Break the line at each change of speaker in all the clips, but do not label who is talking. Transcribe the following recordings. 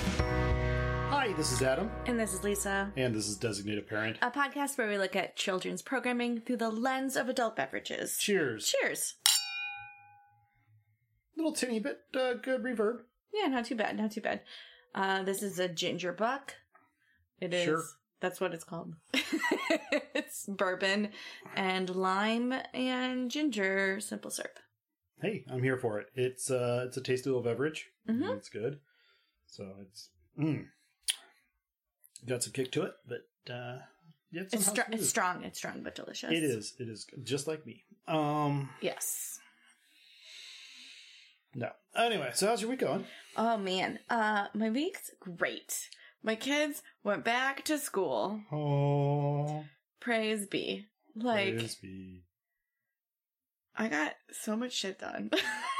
Hi, this is Adam,
And this is Lisa,
and this is Designated Parent.
a podcast where we look at children's programming through the lens of adult beverages.
Cheers.
Cheers.
Little tinny bit uh, good reverb.
Yeah, not too bad, not too bad. Uh, this is a ginger buck. It is.
Sure.
That's what it's called. it's bourbon and lime and ginger simple syrup.
Hey, I'm here for it. It's uh, it's a tasty little beverage. Mm,
Mhm.
It's good. So it's mm. got some kick to it, but uh, yeah,
It's,
somehow
str-
smooth.
it's strong. It's strong, but delicious.
It is. It is just like me. Um,
Yes.
no. Anyway, so how's your week going?
Oh man, uh, my week's great. My kids went back to school.
Oh,
Praise be. Like. I got so much shit done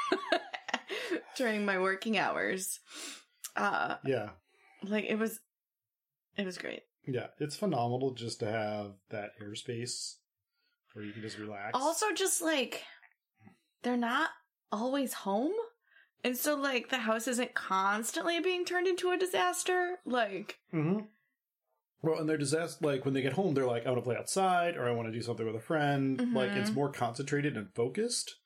during my working hours. Uh
yeah,
like it was it was great.
yeah. It's phenomenal just to have that airspace where you can just relax.
Also just like they're not always home. And so like the house isn't constantly being turned into a disaster. Like
Mm-hmm. Well, and they're disaster like when they get home, they're like, I want to play outside or I want to do something with a friend. Like it's
Mhm.
more concentrated and focused.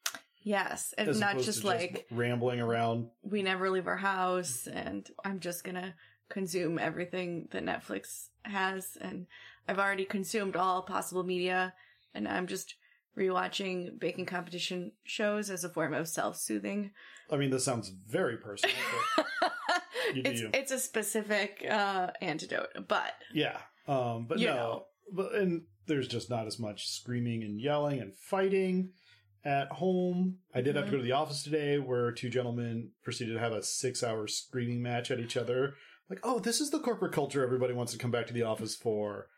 yes, it's
as
not
opposed
just
to
like
rambling around.
we never leave our house and I'm just going to consume everything that Netflix has and I've already consumed all possible media and I'm just rewatching baking competition shows as a form of self-soothing.
I mean, this sounds very personal. but You do
it's
you.
it's a specific uh antidote, but
yeah. Um, but
You
no.
know.
But and there's just not as much screaming and yelling and fighting at home. I did have to
Mhm.
go to the office today where two gentlemen proceeded to have a six hour screaming match at each other. Like, oh, this is the corporate culture everybody wants to come back to the office for.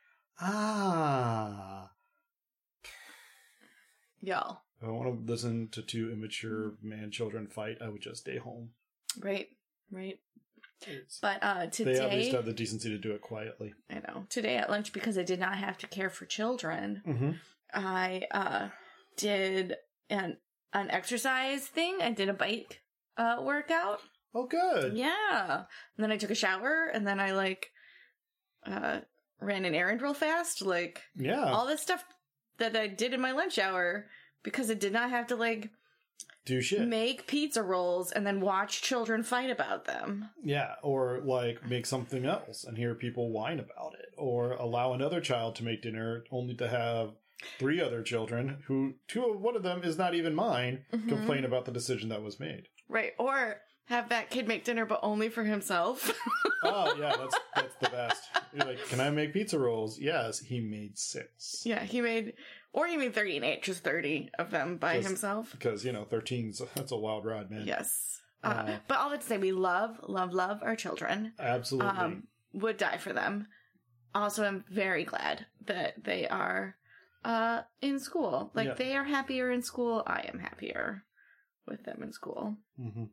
Ah.
y'all,
If I want to listen to two immature man children fight, I would just stay home.
right? Right.
It's-
But uh today
they at least have the decency to do it quietly.
I know. Today at lunch because I did not have to care for children.
Mm-hmm.
I uh did an an exercise thing. I did a bike uh workout.
Oh, good.
Yeah. And then I took a shower and then I like uh ran an errand real fast. Like
Yeah.
all this stuff that I did in my lunch hour because I did not have to like
do shit.
make pizza rolls and then watch children fight about them.
yeah. Or like make something else and hear people whine about it. Or allow another child to make dinner only to have three other children who two of one of them is not even mine
Mhm.
complain about the decision that was made.
Right. Or have that kid make dinner but only for himself.
oh yeah, that's that's the best. You're like, can I make pizza rolls? Yes, he made six.
yeah, he made or he made 30 and ate just 30 of them by
Just-
himself.
because you know 13's that's a wild ride man
Yes. Uh,
Uh,
but all that to say, we love, love, love our children.
absolutely
Um, would die for them. Also, I'm very glad that they are uh, in school. Like,
Yeah.
they are happier in school. I am happier with them in school.
hmm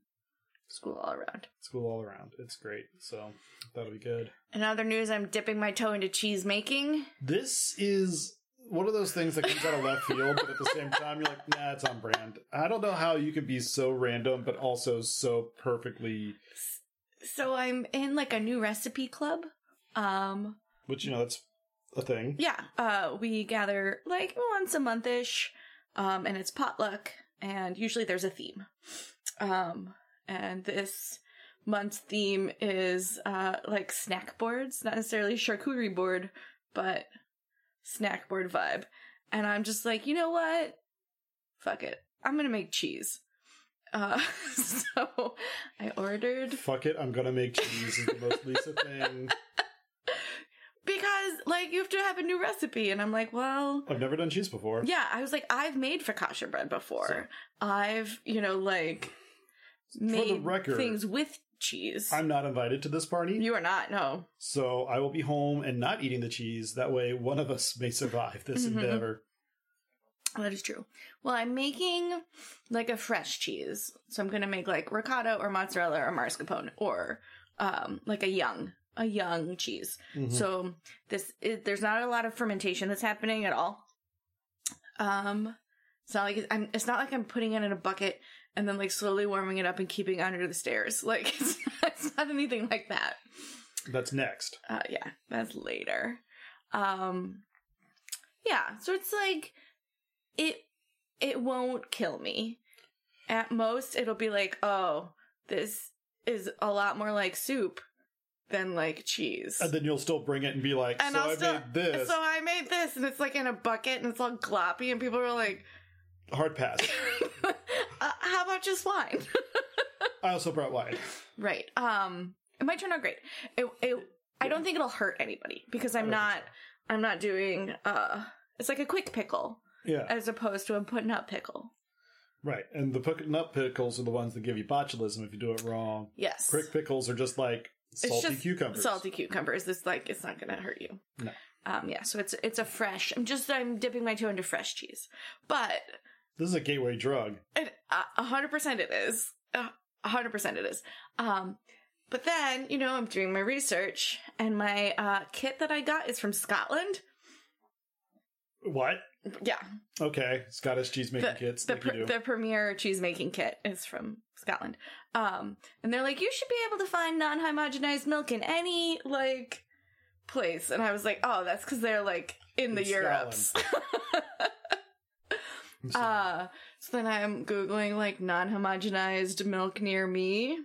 School all around.
school all around it's great so that'll be good
In other news, I'm dipping my toe into cheese making.
this is one of those things that comes out of left field but at the same time you're like nah it's on brand i don't know how you can be so random but also so perfectly
So I'm in like a new recipe club. Um,
which you know that's a thing
Yeah, uh, we gather like once a month ish, um, and it's potluck, and usually there's a theme. Um, and this month's theme is uh, like snack boards, not necessarily charcuterie board, but snack board vibe. And I'm just like, you know what? Fuck it. I'm gonna make cheese. Uh, so I ordered
fuck it i'm gonna make cheese is the most lisa thing
because like you have to have a new recipe, and I'm like, well,
i've never done cheese before
Yeah, I was like, I've made focaccia bread before. I've, you know, like made
record-
things with cheese.
i'm not invited to this party
you are not. No,
so i will be home and not eating the cheese that way one of us may survive this
Mhm.
endeavor
That is true. Well, I'm making like a fresh cheese. So I'm going to make like ricotta or mozzarella or mascarpone or um like a young a young cheese.
Mhm.
So this is, there's not a lot of fermentation that's happening at all. Um it's not like I'm it's not like I'm putting it in a bucket and then like slowly warming it up and keeping it under the stairs. Like it's not, it's not anything like that.
That's next.
Uh, yeah, that's later. Um, yeah, so it's like it it won't kill me. At most, it'll be like, oh, this is a lot more like soup than like cheese.
And then you'll still bring it and be like,
And
so
I'll
I
still-
made this.
so I made this, and it's like in a bucket, and it's all gloppy, and people are like,
Hard pass.
uh, "How about just wine?"
I also brought wine.
Right. Um, it might turn out great. It, it, I don't think it'll hurt anybody because I'm
I don't
not,
think
I'm not doing, uh, it's like a quick pickle
Yeah,
as opposed to a putting up pickle.
right. And the pick- nut pickles are the ones that give you botulism if you do it wrong.
Yes.
Quick pickles are just like salty
just
cucumbers.
Salty cucumbers. It's like, it's not going to hurt you.
No.
Um, yeah. So it's, it's a fresh, I'm just, I'm dipping my toe into fresh cheese, but
This is a gateway drug.
It, uh, 100% it is. Uh, 100% it is. Um, but then, you know, I'm doing my research and my uh, kit that I got is from Scotland.
What?
Yeah.
Okay, Scottish cheese making
the,
kits.
The,
like you
pr-
do.
the premier cheese making kit is from Scotland. Um, and they're like, you should be able to find non homogenized milk in any, like, place. And I was like, oh, that's because they're, like, in,
In
the Europes.
I'm sorry.
uh, so then I'm Googling, like, non homogenized milk near me.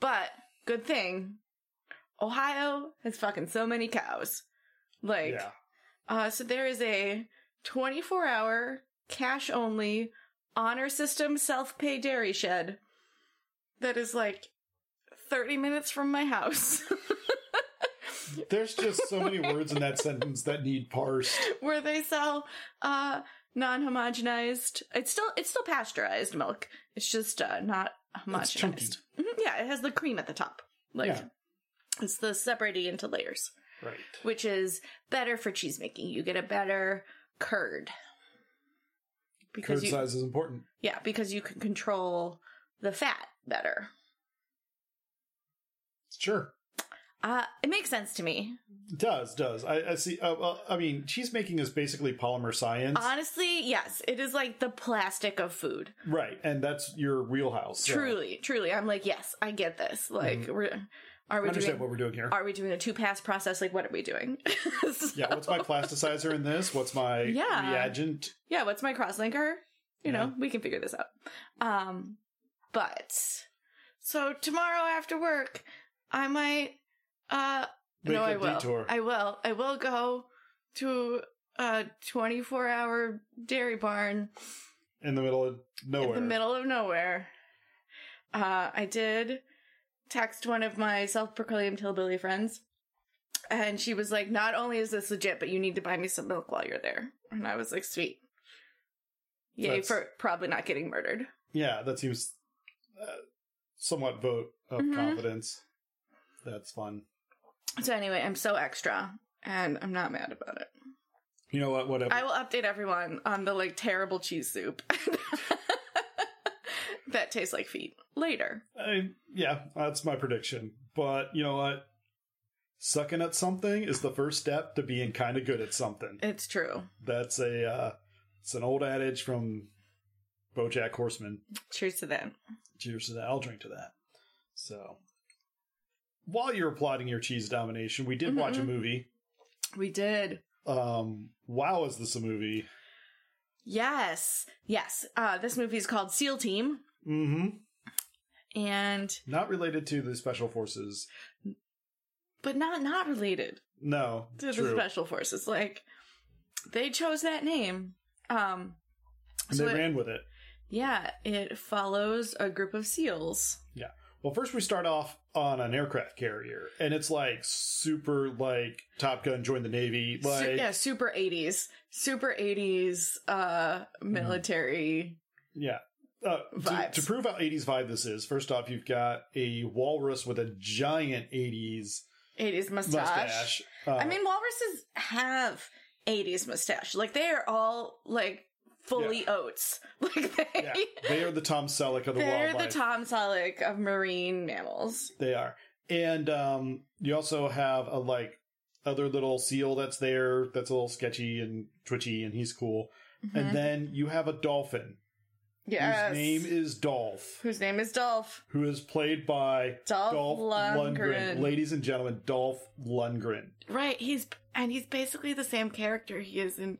But good thing Ohio has fucking so many cows. Like,
yeah.
uh, so there is a 24 hour cash only honor system self pay dairy shed that is like 30 minutes from my house
There's just so many words in that sentence that need parsed.
where they sell uh non homogenized it's still it's still pasteurized milk it's just uh, not
It's chunky.
homogenized Mhm, yeah it has the cream at the top like
Yeah.
it's the separating into layers
Right.
which is better for cheese making you get a better curd
Curd
you,
size is important.
Yeah, because you can control the fat better.
Sure.
Uh, it makes sense to me.
Does does I, I see? Uh, uh, I mean, cheese making is basically polymer science,
Honestly, yes, it is like the plastic of food.
right? And that's your wheelhouse. so
Truly, truly, I'm like, yes, I get this. Like, we're are
I
we
understand
doing
what we're doing here.
are we doing a two pass process? Like, what are we doing? So-
yeah. What's my plasticizer in this? What's my
Yeah.
reagent?
yeah, what's my crosslinker? You know,
Yeah.
we can figure this out. Um, but so tomorrow after work, I might uh
Make
no,
a
I will.
detour.
I will. I will go to a 24 hour dairy barn
in the middle of nowhere.
in the middle of nowhere. Uh, I did text one of my self proclaimed hillbilly friends, and she was like, Not only is this legit, but you need to buy me some milk while you're there. And I was like, Sweet. Yay
That's-
for probably not getting murdered.
Yeah, that seems uh, somewhat vote of
Mhm.
confidence. That's fun.
So, anyway, I'm so extra, and I'm not mad about it.
You know what? Whatever.
I will update everyone on the like terrible cheese soup that tastes like feet later.
I, yeah, that's my prediction. But you know what? Sucking at something is the first step to being kind of good at something.
It's true.
That's a uh, it's an old adage from BoJack Horseman.
Cheers to that.
Cheers to that. I'll drink to that. So, while you're applauding your cheese domination, we did watch a
Mhm.
movie.
We did.
Um, wow, is this a movie?
Yes, yes. Uh, this movie is called SEAL Team,
Mm-hmm.
and
Not related to the special forces.
but not not related
No,
to
true.
the special forces. Like they chose that name. Um,
And
so
they
it-
ran with it.
yeah, it follows a group of SEALs.
Well, first we start off on an aircraft carrier, and it's like super like Top Gun joined the Navy.
Su-
Like
yeah,
yeah.
super eighties, super eighties uh, military.
Uh, to,
Vibes.
to prove how 80s vibe this is, first off, you've got a walrus with a giant 80s
80s mustache.
mustache. Uh,
I mean, walruses have 80s mustache. Like, they are all, like, fully oats. Like they,
Yeah, they are the Tom Selleck of the
they're the
wildlife.
Tom Selleck of marine mammals.
They are. And um, you also have a like other little seal that's there that's a little sketchy and twitchy and he's cool.
Mhm.
And then you have a dolphin
yes,
whose name is Dolph,
whose name is Dolph.
who is played by
Dolph,
Dolph
Lundgren.
Lundgren. Ladies and gentlemen, Dolph Lundgren.
Right, he's and he's basically the same character he is in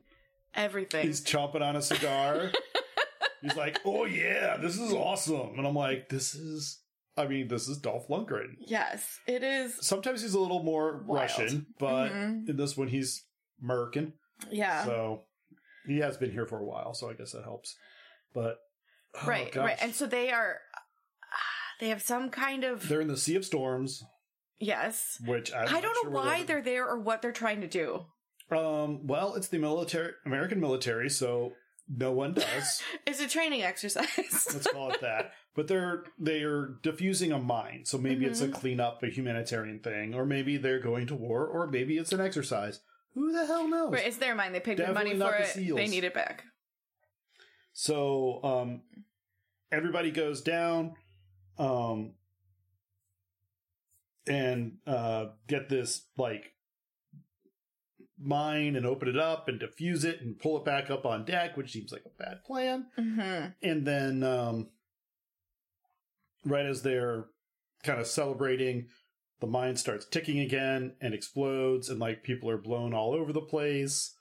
everything.
He's chomping on a cigar. he's like, "Oh yeah, this is awesome," and I'm like, "This is." I mean, this is Dolph Lundgren.
yes, it is.
Sometimes he's a little more
Wild.
Russian, but
Mhm.
in this one he's American.
Yeah,
So he has been here for a while, so I guess that helps. But oh,
right,
gosh.
right. And so they are. They have some kind of
they're in the Sea of Storms,
yes.
which I'm
I
not
don't
sure
know why
what
they're there or what they're trying to do.
it- Um, well, it's the military, American military, so no one does.
It's a training exercise.
Let's call it that. But they're they are diffusing a mine, so maybe it's a cleanup, a humanitarian thing, or maybe they're going to war, or maybe it's an exercise. Who the hell knows?
Right, it's their mind. They paid good money
Definitely
for
not the
it. They
seals.
need it back.
So um, everybody goes down, um, and uh, get this like mine and open it up and diffuse it and pull it back up on deck, which seems like a bad plan.
hmm
And then um, right as they're kind of celebrating, the mine starts ticking again and explodes, and like people are blown all over the place.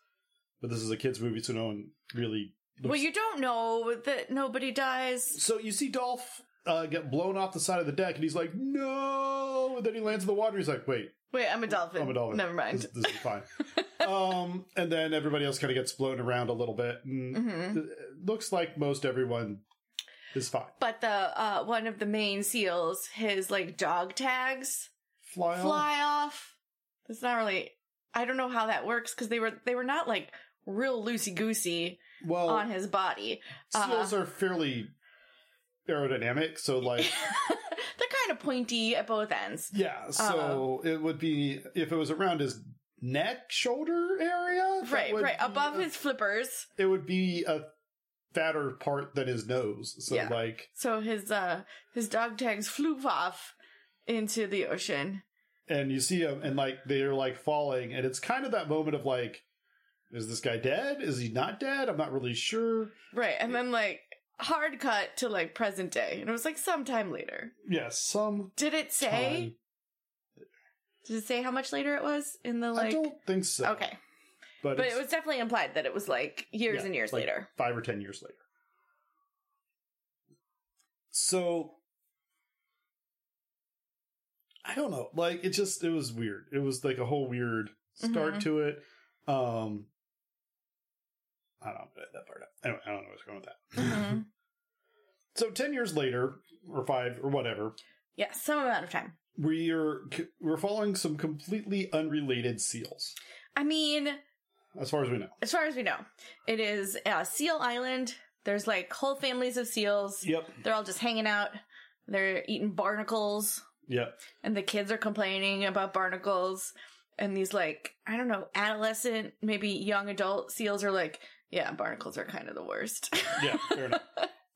But this is a kids' movie, so no one really.
Well,
looks
you don't know that nobody dies.
so you see Dolph uh, get blown off the side of the deck, and he's like, "No!" And then he lands in the water. He's like, "Wait,
Wait, I'm a dolphin.
I'm a dolphin.
Never
This,
mind.
this is fine." um, and then everybody else kind of gets blown around a little bit, and
hmm
it looks like most everyone is fine.
But the uh, one of the main seals, his like dog tags
Fly, on.
fly off. It's not really. I don't know how that works because they were they were not like real loosey goosey
Well,
on his body. uh,
seals are fairly aerodynamic, so
They're
like,
kind of pointy at both ends.
yeah. So it would be if it was around his neck, shoulder area, that
Right,
would
right
be uh,
above
a-
his flippers.
It would be a fatter part than his nose. So
Yeah.
like.
So his uh his dog tags flew off into the ocean.
and you see him and like they're like falling and it's kind of that moment of like is this guy dead is he not dead i'm not really sure
Right, and then like hard cut to like present day, and it was like sometime later.
yes some
Did it say? Did it say how much later it was in the
time. i
like?
don't think so
Okay,
but,
but
it's
it was definitely implied that it was like years
Yeah,
and years
like-
later.
five or ten years later so i don't know like it just it was weird it was like a whole weird start
Mhm.
to it um i don't know that part out. anyway, i don't know what's going with that
Mhm.
So ten years later, or five, or whatever,
yeah, some amount of time.
we are we're following some completely unrelated seals,
I mean,
as far as we know.
as far as we know, it is uh, Seal Island. There's like whole families of seals.
Yep.
They're all just hanging out. They're eating barnacles.
Yep.
and the kids are complaining about barnacles and these like i don't know adolescent maybe young adult seals are like yeah barnacles are kind of the worst
Yeah. Fair enough.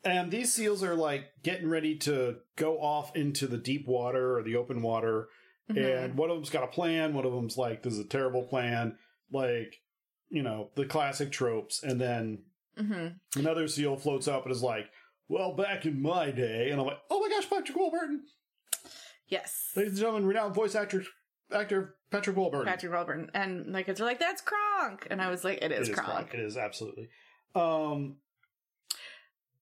And these seals are like getting ready to go off into the deep water or the open water,
Mhm.
and one of them's got a plan. One of them's like, "This is a terrible plan." Like, you know, the classic tropes. And then
Mhm.
another seal floats up and is like, "Well, back in my day," and I'm like, "Oh my gosh, Patrick Warburton!"
yes
Ladies and gentlemen, renowned voice actor actor Patrick Warburton.
patrick Warburton. and my kids were like that's kronk and i was like it is, kronk.
It is absolutely. Um,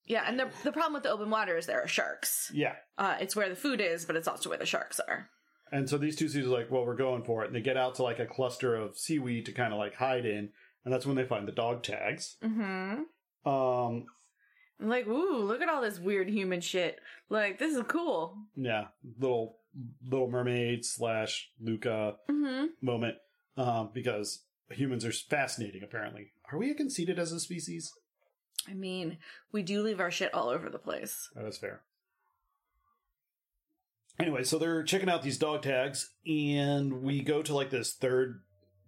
yeah and the, the problem with the open water is there are sharks
yeah.
uh, it's where the food is but it's also where the sharks are
And so these two seeds are like, well, we're going for it, and they get out to like a cluster of seaweed to kind of like hide in, and that's when they find the dog tags.
mm-hmm
Um,
like ooh look at all this weird human shit like this is cool
yeah, little Little Mermaid slash Luca
mm-hmm
moment, um, because humans are fascinating. Apparently, are we conceited as a species?
i mean we do leave our shit all over the place
That is fair. Anyway, so they're checking out these dog tags, and we go to like this third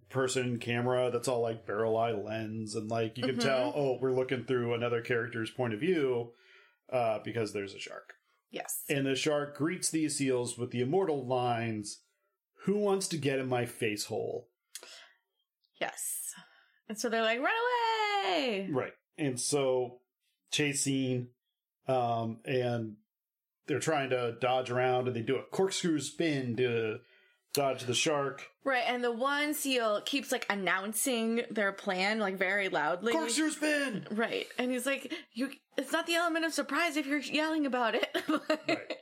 person camera that's all like barrel eye lens and like you can
Mhm.
tell oh we're looking through another character's point of view uh, because there's a shark
Yes.
and the shark greets these seals with the immortal lines who wants to get in my face hole
yes. And so they're like, run away.
right and so chasing um and they're trying to dodge around and they do a corkscrew spin to dodge the shark
Right. And the one seal keeps like announcing their plan like very loudly.
corkscrew spin
Right. And he's like, you it's not the element of surprise if you're yelling about it.
Right.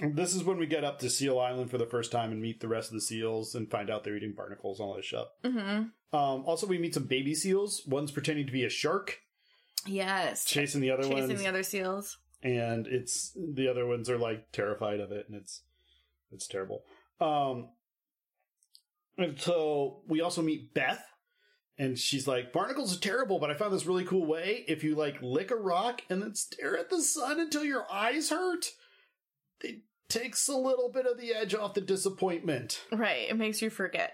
And This is when we get up to Seal Island for the first time and meet the rest of the seals and find out they're eating barnacles and all this stuff.
hmm
Um, also, we meet some baby seals. One's pretending to be a shark,
Yes.
chasing the other
Chasing
ones,
the other seals.
and it's the other ones are like terrified of it, and it's it's terrible. Um, and so we also meet Beth, and she's like, "Barnacles are terrible, but I found this really cool way. If you like lick a rock and then stare at the sun until your eyes hurt, it takes a little bit of the edge off the disappointment."
Right. It makes you forget.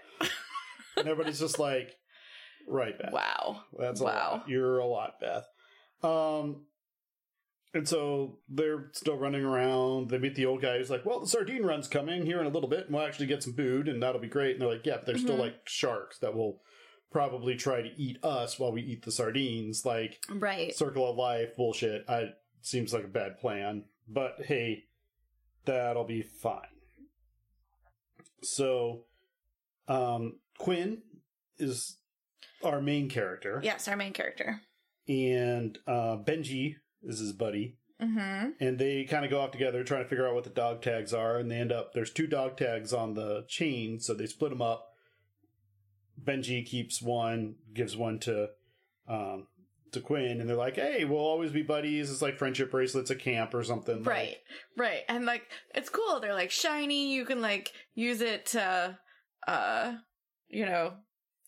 And everybody's just like, right, Beth.
Wow.
That's a
Wow.
lot. You're a lot, Beth. Um, and so they're still running around. They meet the old guy who's like, well, the sardine run's coming here in a little bit, and we'll actually get some food, and that'll be great. And they're like, yeah, but they're still
Mhm.
like sharks that will probably try to eat us while we eat the sardines. Like,
Right.
circle of life bullshit. I seems like a bad plan, but hey, that'll be fine. So, um, Quinn is our main character,
Yes, our main character.
and uh, Benji is his buddy,
Mm-hmm.
and they kind of go off together trying to figure out what the dog tags are, and they end up there's two dog tags on the chain, so they split them up. Benji keeps one, gives one to um, to Quinn, and they're like, "Hey, we'll always be buddies." It's like friendship bracelets at camp or something, like-
Right. Right. And like it's cool. They're like shiny. You can like use it to uh you know,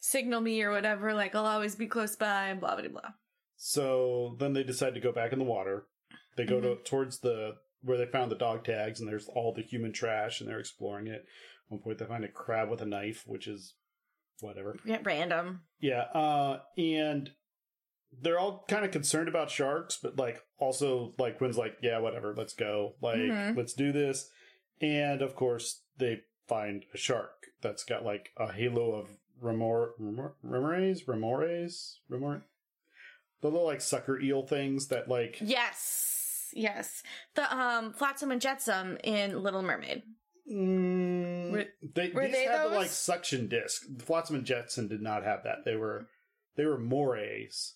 signal me or whatever, like I'll always be close by, blah blah blah.
So then they decide to go back in the water. They go to towards the where they found the dog tags, and there's all the human trash, and they're exploring it. At one point, they find a crab with a knife, which is whatever.
Yeah, Random.
Yeah, uh, and they're all kind of concerned about sharks, but like also like Quinn's like, yeah, whatever, let's go, like
Mhm.
let's do this, and of course they find a shark that's got like a halo of remor remor- remores remores remor the little like sucker eel things that like
Yes. Yes. The um Flotsam and Jetsam in Little Mermaid.
mm,
Were-
they
were
these
they
had the
those?
like suction disc. Flotsam and Jetson did not have that. They were they were mores.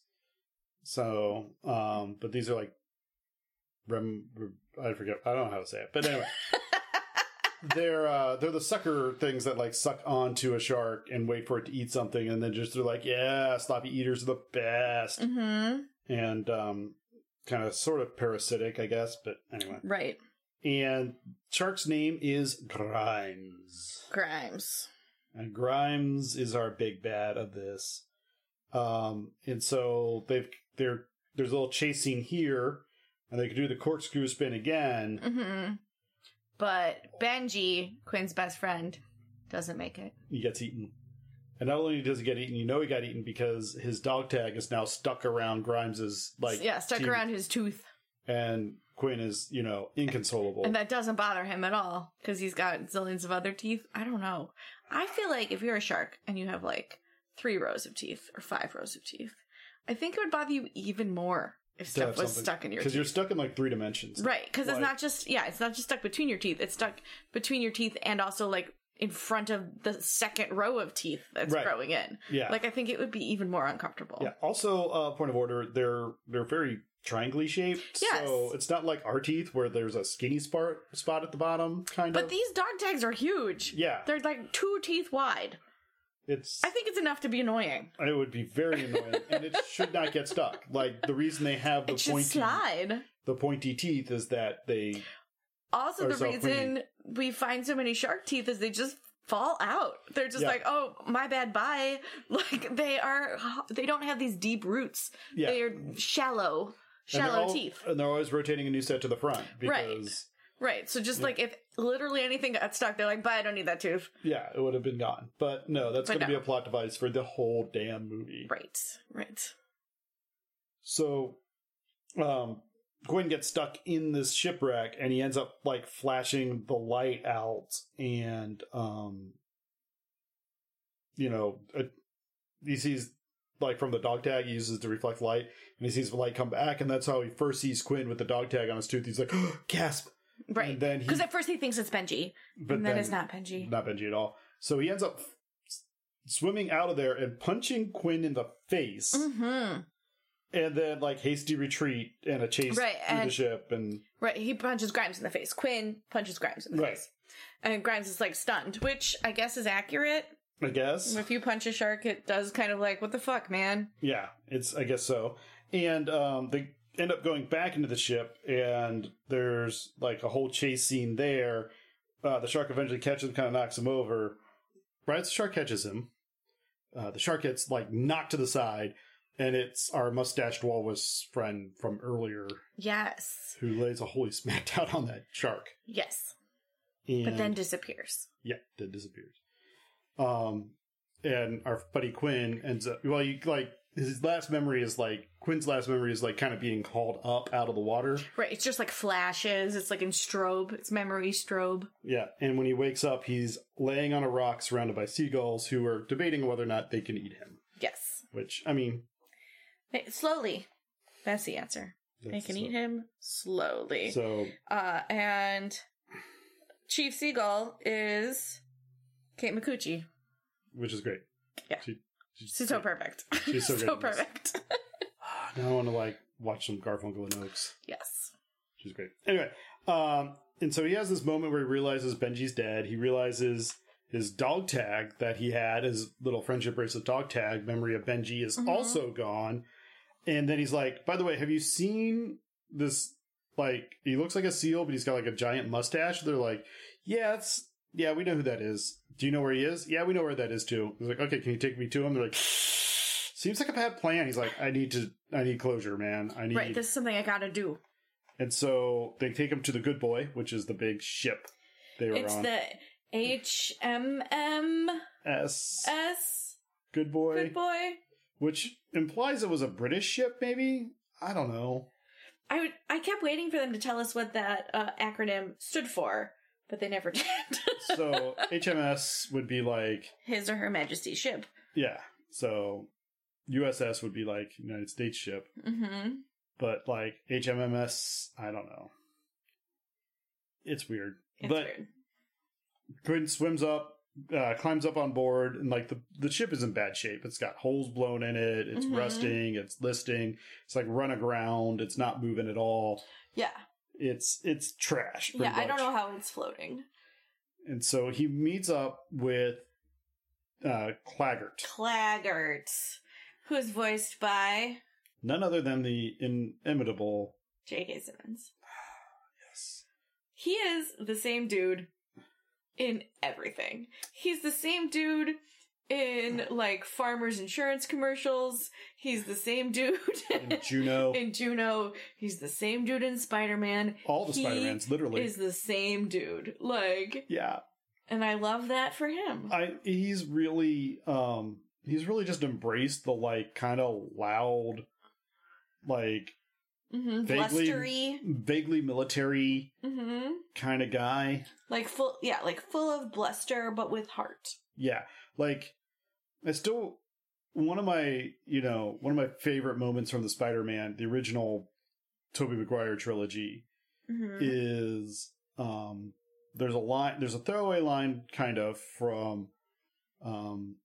So, um, but these are like rem, rem- I forget. I don't know how to say it, but anyway, they're uh, they're the sucker things that like suck onto a shark and wait for it to eat something, and then just they're like, yeah, sloppy eaters are the best,
Mm-hmm.
and um, kind of sort of parasitic, I guess. But anyway,
Right.
and shark's name is Grimes.
Grimes.
And Grimes is our big bad of this. Um, and so they've they're there's a little chase scene here, and they could do the corkscrew spin again.
Mm-hmm. But Benji, Quinn's best friend, doesn't make it.
He gets eaten. And not only does he get eaten, you know he got eaten because his dog tag is now stuck around Grimes's like
yeah, stuck
teeth.
around his tooth.
and Quinn is, you know, inconsolable.
And that doesn't bother him at all because he's got zillions of other teeth. I don't know. I feel like if you're a shark and you have like three rows of teeth or five rows of teeth, I think it would bother you even more if
have
stuff was
something-
stuck in your
Because
teeth.
you're stuck in like three dimensions.
right. Because it's
like-
not just, yeah, it's not just stuck between your teeth. It's stuck between your teeth and also like in front of the second row of teeth that's
Right.
growing in.
Yeah.
Like, I think it would be even more uncomfortable.
Yeah. Also, uh, point of order, they're they're very triangly shaped.
Yes.
So it's not like our teeth where there's a skinny spot spot at the bottom, kind
But
of.
these dog tags are huge.
yeah.
They're like two teeth wide.
It's
I think it's enough to be annoying.
it would be very annoying, and it should not get stuck. Like the reason they have the
It should
pointy
slide.
the pointy teeth is that they
Also,
Or
the
self-cleaning.
reason we find so many shark teeth is they just fall out. They're just
Yeah.
like, oh, my bad, bye. Like they are, they don't have these deep roots.
yeah
They are shallow,
And they're
shallow
all- uh,
teeth.
and they're always rotating a new set to the front
Right.
because
Right. So just
Yeah.
like if literally anything got stuck, they're like, "Bye, I don't need that tooth."
Yeah, it would have been gone. But no, that's going
But
to
no.
be a plot device for the whole damn movie.
Right. Right.
So, um, Gwen gets stuck in this shipwreck, and he ends up like flashing the light out, and um, you know, uh he sees like from the dog tag he uses to reflect light, and he sees the light come back, and that's how he first sees Quinn with the dog tag on his tooth. He's like, gasp!
Right.
And then he,
Because at first he thinks it's Benji,
but
and then, it's not Benji.
not Benji at all. So he ends up s- swimming out of there and punching Quinn in the face,
hmm
and then like hasty retreat and a chase
Right,
through the
and-
ship and.
Right. He punches Grimes in the face. Quinn punches Grimes in the
Right.
face, and Grimes is like stunned, which I guess is accurate.
I guess.
If you punch a shark, it does kind of like, "What the fuck, man?"
Yeah, it's I guess so. And um, they end up going back into the ship, and there's like a whole chase scene there. Uh, the shark eventually catches him, kind of knocks him over. Right, as the shark catches him. Uh, the shark gets like knocked to the side, and it's our mustached walrus friend from earlier
Yes.
who lays a holy smack down on that shark.
Yes.
And
But then disappears.
Yeah, that disappears. Um, and our buddy Quinn ends up. Well, you like his last memory is like Quinn's last memory is like kind of being called up out of the water.
Right. It's just like flashes. It's like in strobe. It's memory strobe.
Yeah, and when he wakes up, he's laying on a rock surrounded by seagulls who are debating whether or not they can eat him.
Yes.
Which I mean,
Hey, Slowly. That's the answer. They
that's-
can eat him slowly.
So
Uh, and Chief Seagull is Kate Micucci.
which is great.
Yeah.
She, she,
She's so perfect.
She's so good at this.
perfect.
"Ah, Now I want to like watch some Garfunkel and Oaks.
yes.
She's great. Anyway, um, and so he has this moment where he realizes Benji's dead. He realizes his dog tag that he had, his little friendship bracelet dog tag, memory of Benji is
Mhm.
also gone. And then he's like, by the way, have you seen this? Like, he looks like a seal, but he's got like a giant mustache. They're like, yeah, it's, yeah, we know who that is. Do you know where he is? Yeah, we know where that is too. He's like, okay, can you take me to him? They're like, seems like a bad plan. He's like, I need to, I need closure, man. I need,
Right. This is something I gotta do.
and so they take him to the Good Boy, which is the big ship they were
It's
on.
the HMMS
S Good Boy,
uh, Good Boy.
which implies it was a British ship, maybe. I don't know.
I would, I kept waiting for them to tell us what that uh, acronym stood for, but they never did.
So HMS would be like,
His or Her Majesty's ship.
yeah. So USS would be like United States ship,
Mm-hmm.
but like HMMS, I don't know. It's weird,
It's
but
weird.
Quinn swims up, uh, climbs up on board, and like the the ship is in bad shape. It's got holes blown in it. It's
Mhm.
rusting. It's listing. It's like run aground. It's not moving at all.
Yeah,
It's it's trash.
yeah. I
pretty
don't
much.
know how it's floating.
And so he meets up with uh, Claggart,
Claggart, who is voiced by
none other than the inimitable.
J.K. Simmons.
Yes.
He is the same dude in everything. He's the same dude in like farmers insurance commercials. He's the same dude
And Juno,
in Juno. He's the same dude in Spider Man.
all the
he
Spider Mans, literally.
Is the same dude. Like,
yeah,
and I love that for him.
I he's really um he's really just embraced the like kind of loud like
hmm
vaguely-
Blustery.
vaguely military
hmm
kind of guy.
Like full, yeah, like full of bluster, but with heart.
Yeah. Like I still one of my, you know, one of my favorite moments from the Spider-Man, the original Tobey Maguire trilogy
Mm-hmm.
is um there's a line there's a throwaway line kind of from um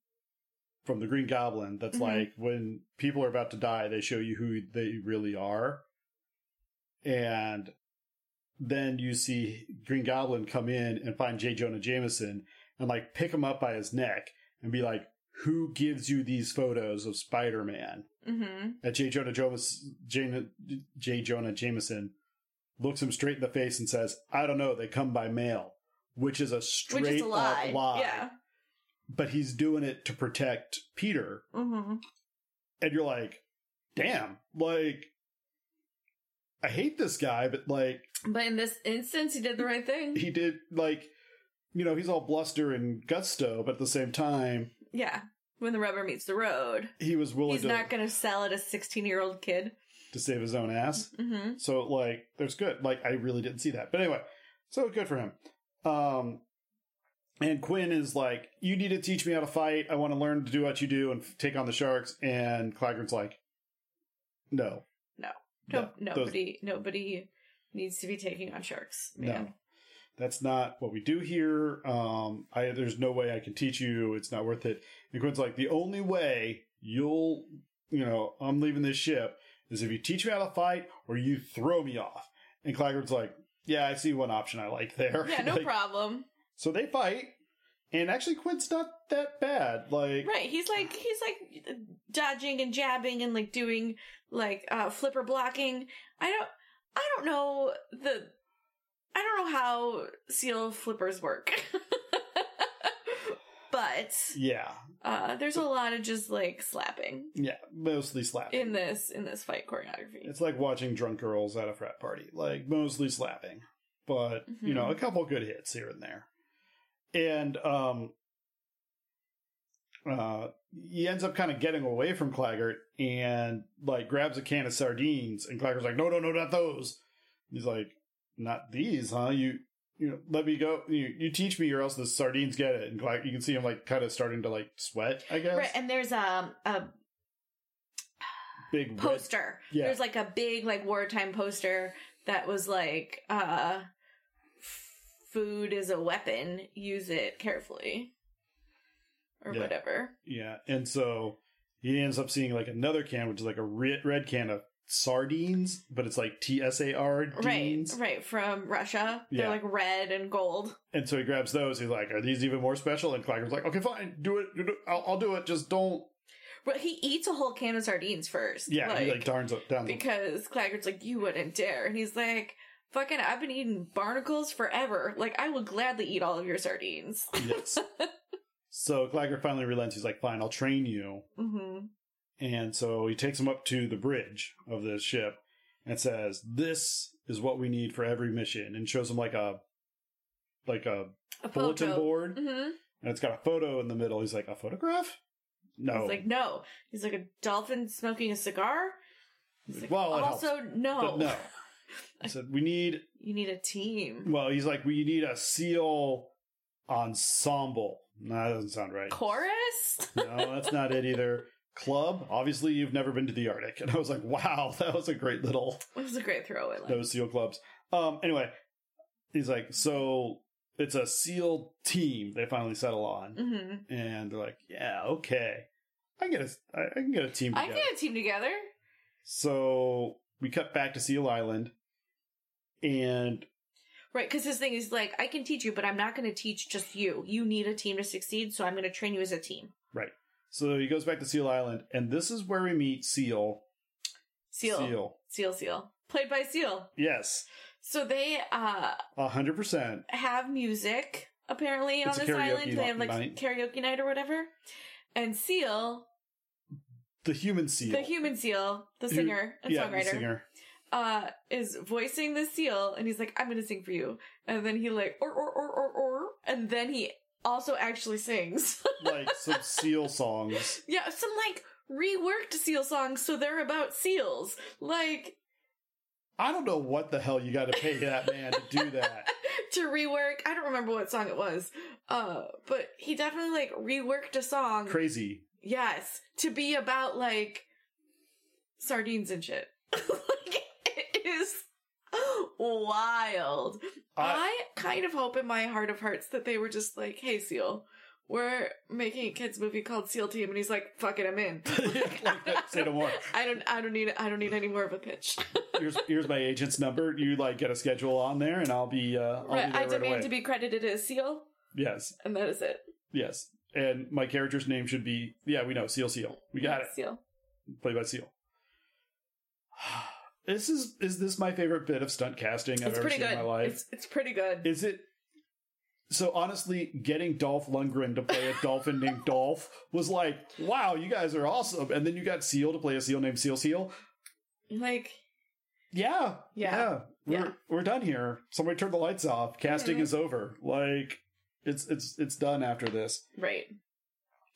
from the Green Goblin that's
Mhm.
like when people are about to die they show you who they really are and then you see Green Goblin come in and find J. Jonah Jameson and like pick him up by his neck and be like, Who gives you these photos of Spider Man?
hmm
at J. Jonah Jomas, J. J. Jonah Jameson looks him straight in the face and says, I don't know, they come by mail, which is a straight
Which is a
up
lie.
lie.
Yeah.
But he's doing it to protect Peter.
hmm
And you're like, damn, like, I hate this guy, but like
But in this instance, he did the right thing.
he did like you know, he's all bluster and gusto, but at the same time,
Yeah. When the rubber meets the road,
he was willing
he's
to,
not going to sell it a 16 year old kid.
to save his own ass.
Mm-hmm.
So like there's good. Like I really didn't see that. But anyway, so good for him. Um and Quinn is like, "You need to teach me how to fight. I want to learn to do what you do and f- take on the sharks." And Claggard's like, "No,
No.
no,
No, nobody, nobody needs to be taking on sharks.
those- no,
Man.
that's not what we do here. Um, I there's no way I can teach you. It's not worth it." And Quinn's like, "The only way you'll, you know, I'm leaving this ship is if you teach me how to fight or you throw me off." And Claggard's like, "Yeah, I see one option I like there.
Yeah, no
Like,
problem.
So they fight, and actually, Quint's not that bad. Like,
Right. He's like he's like dodging and jabbing and like doing like uh flipper blocking. I don't I don't know the I don't know how seal flippers work. but
yeah,
uh there's a lot of just like slapping
yeah, mostly slapping.
in this in this fight choreography.
it's like watching drunk girls at a frat party, like mostly slapping, but you
Mm-hmm.
know, a couple good hits here and there. And um, uh, he ends up kind of getting away from Claggart and like grabs a can of sardines, and Claggart's like, "No, no, no, not those." He's like, "Not these, huh? You." You know, let me go. You, you teach me, or else the sardines get it. And Clag- you can see him like kind of starting to like sweat. I guess
Right, and there's um a
big red-
poster.
Yeah.
There's like a big like wartime poster that was like uh food is a weapon, use it carefully. Or
Yeah.
whatever.
Yeah, and so he ends up seeing like another can, which is like a red, red can of sardines, but it's like T S A R
Right,
deans.
right, from Russia.
Yeah.
They're like red and gold.
And so he grabs those. He's like, "Are these even more special?" And Clacker's like, "Okay, fine, do it. You do- I'll, I'll do it. Just don't."
But he eats a whole can of sardines first.
Yeah, he like darns up down. them.
because Claggard's like, you wouldn't dare. And he's like, fucking, I've been eating barnacles forever. Like, I will gladly eat all of your sardines.
yes. So Clacker finally relents. He's like, "Fine, I'll train you."
hmm
And so he takes him up to the bridge of the ship and says, "This is what we need for every mission," and shows him like a like a
A
bulletin
photo.
board.
hmm
and it's got a photo in the middle. He's like, a photograph? No.
He's like, no. He's like, a dolphin smoking a cigar? He's like,
well, it helps,
also, no.
but no. I said, we need.
You need a team.
Well, he's like, we need a seal ensemble. No, that doesn't sound right.
Chorus?
no, that's not it either. Club. Obviously, you've never been to the Arctic, and I was like, wow, that was a great little
It was a great throwaway line.
those seal clubs. Um. Anyway, he's like, so it's a seal team. They finally settle on,
hmm
and they're like, yeah, okay. I can get a, I, I can get a team.
I
Together.
get a team together.
So we cut back to Seal Island, and
Right, because his thing is like, I can teach you, but I'm not going to teach just you. You need a team to succeed, so I'm going to train you as a team.
so he goes back to Seal Island, and this is where we meet Seal.
Seal. Seal, Seal. Played by Seal.
Yes,
So they uh
a hundred percent.
have music, apparently,
It's a
on this
karaoke
island. They have like
night.
karaoke night or whatever. And Seal,
The human Seal,
the human Seal, the
Who-
singer and
yeah, the
songwriter,
singer.
uh, is voicing the seal and he's like, I'm gonna sing for you. And then he like, or, or, or, or, or, and then he also actually sings.
like some Seal songs.
Yeah, some like reworked seal songs so they're about seals. Like
I don't know what the hell you got to pay that man to do that.
to rework. I don't remember what song it was. Uh but he definitely like reworked a song.
Crazy.
yes, to be about like sardines and shit. like it is wild.
I,
I kind of hope in my heart of hearts that they were just like, "Hey, Seal, we're making a kids movie called Seal Team," and he's like, "Fuck it, I'm in."
Like, say no more.
I don't. I don't need. I don't need any more of a pitch.
Here's here's my agent's number. You like get a schedule on there, and I'll be uh, I'll
Right,
be there
I
right
demand
away.
to be credited as Seal,
yes,
and that is it.
yes. And my character's name should be yeah. We know Seal Seal. We got it.
Seal.
played by Seal. This is is this my favorite bit of stunt casting I've
it's
ever
pretty
seen in
good.
my life?
It's it's pretty good.
Is it? So honestly, getting Dolph Lundgren to play a dolphin named Dolph was like, wow, you guys are awesome. And then you got Seal to play a seal named Seal Seal.
like
Yeah.
Yeah.
We're
Yeah.
we're done here. Somebody turn the lights off. Casting
Yeah.
is over. Like it's it's it's done after this.
Right.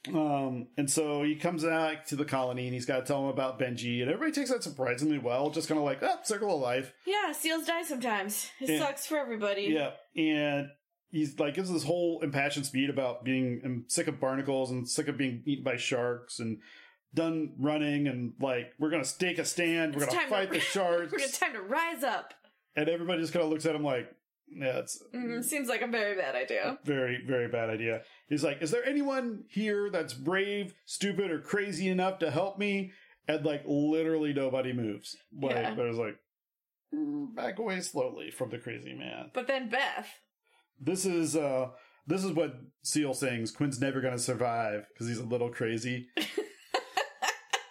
Um, and so he comes back to the colony and he's got to tell him about Benji, and everybody takes that surprisingly well. Just kind of like, oh, circle of life.
Yeah, seals die sometimes. It
Yeah.
sucks for everybody.
Yeah, and he's like gives this whole impassioned speech about being um, sick of barnacles and sick of being eaten by sharks and done running and like we're gonna stake a stand, we're
It's
gonna
time to-
fight the sharks,
We're gonna time to rise up.
and everybody just kind of looks at him like, yeah, it's
Mm, seems like a very bad idea.
very very bad idea. He's like, is there anyone here that's brave, stupid, or crazy enough to help me? And like literally nobody moves. Like
Yeah.
there's like mm, back away slowly from the crazy man.
But then Beth.
This is uh this is what Seal sings. Quinn's never gonna survive because he's a little crazy.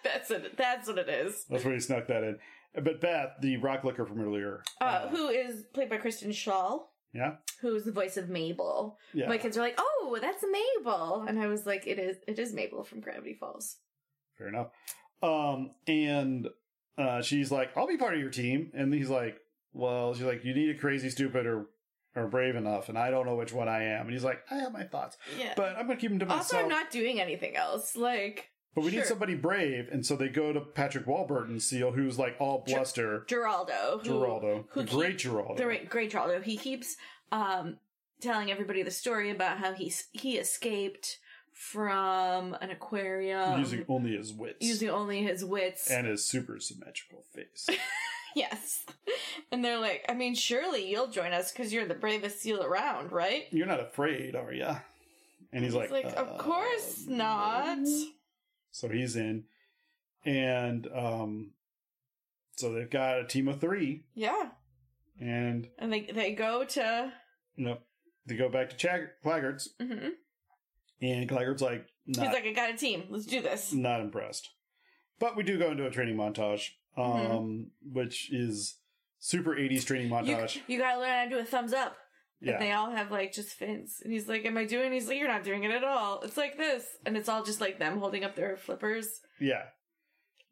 That's it. That's what it is.
That's where he snuck that in. But Beth, the rock licker from earlier,
Uh, who is played by Kristen Shaw?
Yeah.
Who is the voice of Mabel?
yeah,
My kids were like, "Oh, that's Mabel," and I was like, "It is. It is Mabel from Gravity Falls."
fair enough. Um, and uh, she's like, "I'll be part of your team," and he's like, "Well," she's like, "You need a crazy, stupid, or or brave enough," and I don't know which one I am. And he's like, "I have my thoughts,
Yeah.
but I'm gonna keep them to myself."
also, I'm not doing anything else. Like
but we
sure.
need somebody brave, and so they go to Patrick Warburton Seal, who's like all
Sure.
bluster.
Geraldo. Who,
Geraldo,
Who keep-
great Geraldo.
The right, great Geraldo. He keeps um, telling everybody the story about how he s- he escaped from an aquarium
using only his wits
um, using only his wits.
and his super symmetrical face.
yes. And they're like, I mean, surely you'll join us because you're the bravest seal around, right?
You're not afraid, are ya? And he's, like,
of
"Uh,
course not.
So he's in, and um, so they've got a team of three,
Yeah.
and
And they they go to.
you know they go back to Chag- Claggart's,
hmm
and Claggart's like not
He's like, I got a team. Let's do this.
not impressed. But we do go into a training montage, um, which is super 80s training
Mm-hmm. You,
montage.
you gotta learn how to do a thumbs up.
yeah,
And they all have like just fins. And he's like, Am I doing? He's like, You're not doing it at all. It's like this. And it's all just like them holding up their flippers.
yeah,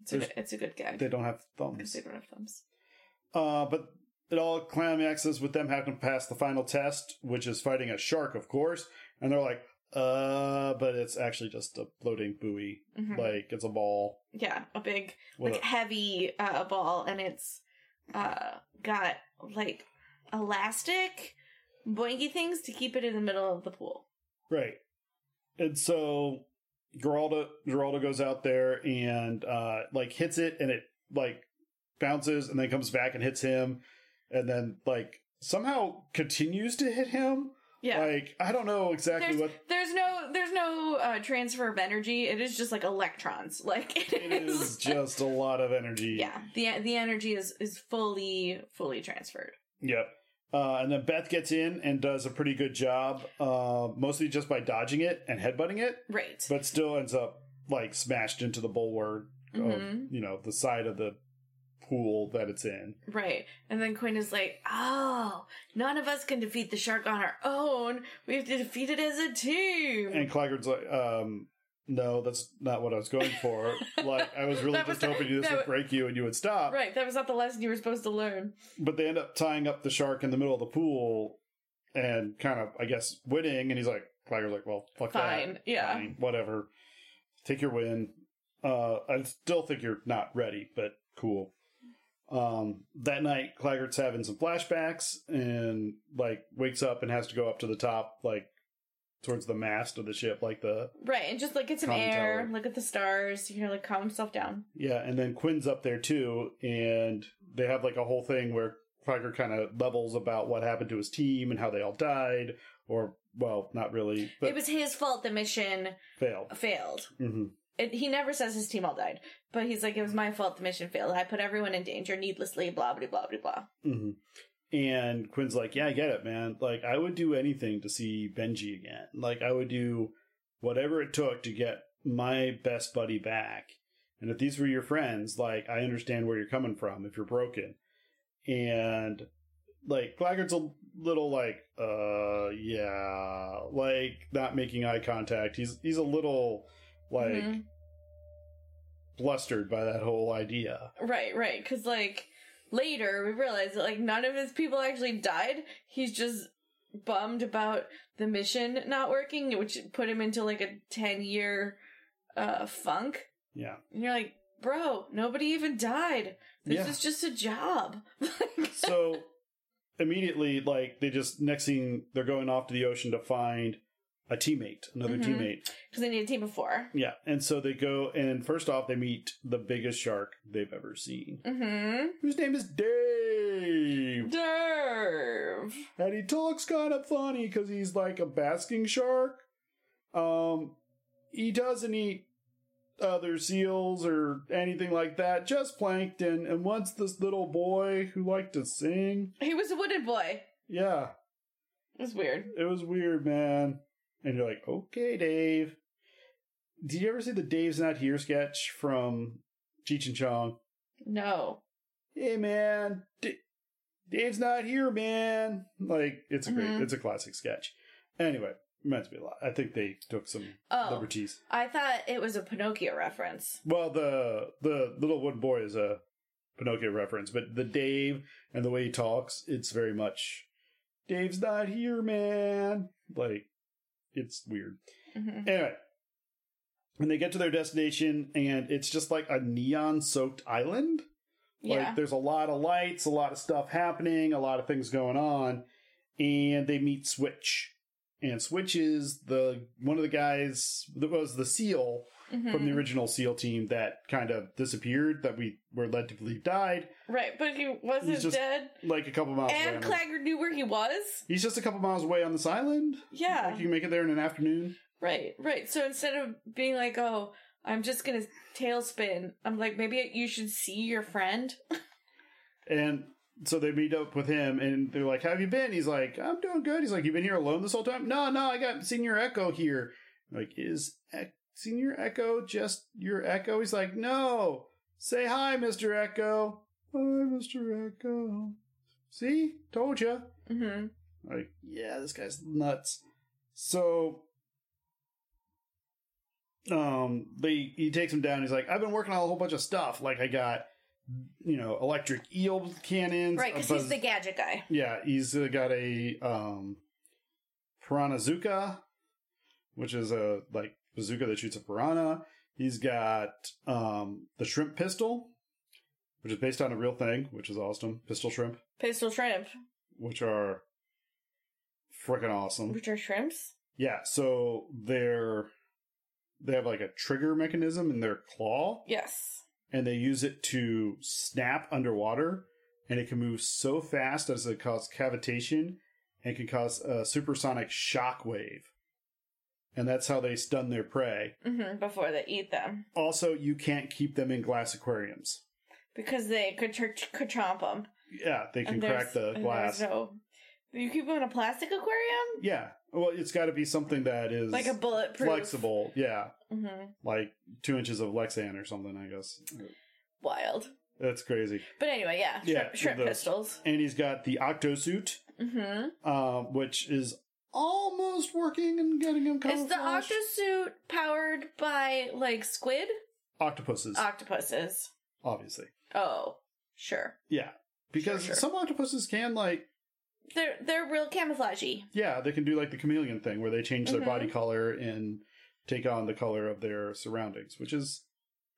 It's a,
There's-
good- it's a good gag.
they don't have
Because
thumbs.
they don't have thumbs.
Uh, but it all climaxes with them having to pass the final test, which is fighting a shark, of course. And they're like, uh, but it's actually just a floating buoy.
Mhm.
Like, it's a ball.
yeah, a big,
With
like heavy uh, ball. And it's uh, got like elastic, boingy things to keep it in the middle of the pool.
a, right. And so Geraldo, Geraldo goes out there and, uh, like hits it and it, like, bounces and then comes back and hits him. And then, like, somehow continues to hit him.
Yeah.
Like, I don't know exactly what.
There's no there's no uh, transfer of energy. It is just like electrons. Like
It is just a lot of energy.
yeah. The the energy is is fully fully transferred.
Yep. Uh, and then Beth gets in and does a pretty good job, uh, mostly just by dodging it and headbutting it,
Right.
but still ends up like smashed into the bulwark
Mhm.
of you know the side of the pool that it's in.
Right. And then Quinn is like, "Oh, none of us can defeat the shark on our own. We have to defeat it as a team."
And Claggard's like, um, "No, that's not what I was going for. like, I was really
That was
just
the-
hoping this
that
would
wa-
break you and you would stop."
right. That was not the lesson you were supposed to learn.
But they end up tying up the shark in the middle of the pool and kind of, I guess, winning. And he's like, Claggard's like, "Well, fuck that."
Fine. Yeah.
Fine, whatever. Take your win. Uh, I still think you're not ready, but cool. Um, that night, Claggart's having some flashbacks and like wakes up and has to go up to the top, like towards the mast of the ship, like the
Right. And just like get some
Common
air,
tower.
look at the stars, you know, like calm himself down.
yeah. And then Quinn's up there too, and they have like a whole thing where Claggart kind of levels about what happened to his team and how they all died, or well, not really, but
it was his fault the mission
failed.
failed.
hmm
it, he never says his team all died, but he's like, it was my fault the mission failed. I put everyone in danger needlessly, blah, blah, blah, blah, blah.
hmm And Quinn's like, yeah, I get it, man. Like, I would do anything to see Benji again. Like, I would do whatever it took to get my best buddy back. And if these were your friends, like, I understand where you're coming from if you're broken. And, like, Blackguard's a little like, uh, yeah, like, not making eye contact. He's, he's a little, like,
Mhm.
blustered by that whole idea.
Right, right. Because, like, later we realize that like none of his people actually died. He's just bummed about the mission not working, which put him into like a ten year uh funk.
Yeah.
And you're like, bro, nobody even died. This
Yeah.
is just a job.
so immediately, like they just next thing they're going off to the ocean to find a teammate, another
Mhm.
teammate.
Because they need a team of 4
Yeah, and so they go and first off they meet the biggest shark they've ever seen,
Mm-hmm.
whose name is Dave,
Derv.
and he talks kind of funny because he's like a basking shark. Um, he doesn't eat other seals or anything like that, just plankton. And once this little boy who liked to sing,
He was a wooded boy.
yeah,
It was weird.
It was weird, man. And you're like, okay, Dave. Did you ever see the Dave's Not Here sketch from Cheech and Chong?
No.
Hey, man, D- Dave's not here, man. Like, it's a great,
Mhm.
it's a classic sketch. Anyway, meant to be a lot. I think they took some
Oh.
liberties.
I thought it was a Pinocchio reference.
Well, the the little wooden boy is a Pinocchio reference, but the Dave and the way he talks, it's very much Dave's not here, man. Like, it's weird.
hmm
Anyway, when they get to their destination, and it's just like a neon soaked island.
Yeah.
Like there's a lot of lights, a lot of stuff happening, a lot of things going on, and they meet Switch. And Switch is the one of the guys that was the seal from the
Mhm.
original SEAL team that kind of disappeared, that we were led to believe died,
right, but he wasn't
He's just
dead.
like a couple miles away.
And
on the-
Claggard knew where he was.
He's just a couple miles away on this island.
Yeah.
Like you can make it there in an afternoon.
Right, right. So instead of being like, oh, I'm just going to tailspin, I'm like, maybe you should see your friend.
And so they meet up with him and they're like, How have you been? He's like, I'm doing good. He's like, You've been here alone this whole time? No, no, I got Senior Echo here. like, is Ec- Senior Echo just your Echo? He's like, No. Say hi, Mr. Echo. Hi, Mr. Echo. See? Told ya.
Mm-hmm.
Like, yeah, this guy's nuts. So um they he takes him down, he's like, I've been working on a whole bunch of stuff. Like I got you know, electric eel cannons.
Right,
a
because
buzz-
he's the gadget guy.
Yeah, he's uh, got a um Piranazuka, which is a like bazooka that shoots a piranha. He's got um the shrimp pistol, which is based on a real thing, which is awesome. Pistol shrimp,
Pistol shrimp,
which are freaking awesome.
which are shrimps.
Yeah, so they're they have like a trigger mechanism in their claw,
Yes.
and they use it to snap underwater, and it can move so fast as it cause cavitation and can cause a supersonic shock wave. And that's how they stun their prey.
hmm Before they eat them,
Also, you can't keep them in glass aquariums.
because they could tr- could chomp them.
Yeah, they can crack the glass.
So you keep them in a plastic aquarium,
yeah, well, it's got to be something that is
like a bulletproof,
flexible. Yeah,
hmm
like two inches of Lexan or something, I guess.
wild.
That's crazy.
But anyway, yeah,
Yeah,
shrimp, shrimp
those.
pistols.
and he's got the octosuit,
hmm
uh, which is almost working and getting him
Is the
camouflaged.
octosuit powered by like squid
octopuses,
octopuses?
obviously.
Oh, sure.
Yeah, because
Sure, sure.
some octopuses can like,
They're they're real camouflagey.
yeah, they can do like the chameleon thing where they change their
Mhm.
body color and take on the color of their surroundings, which is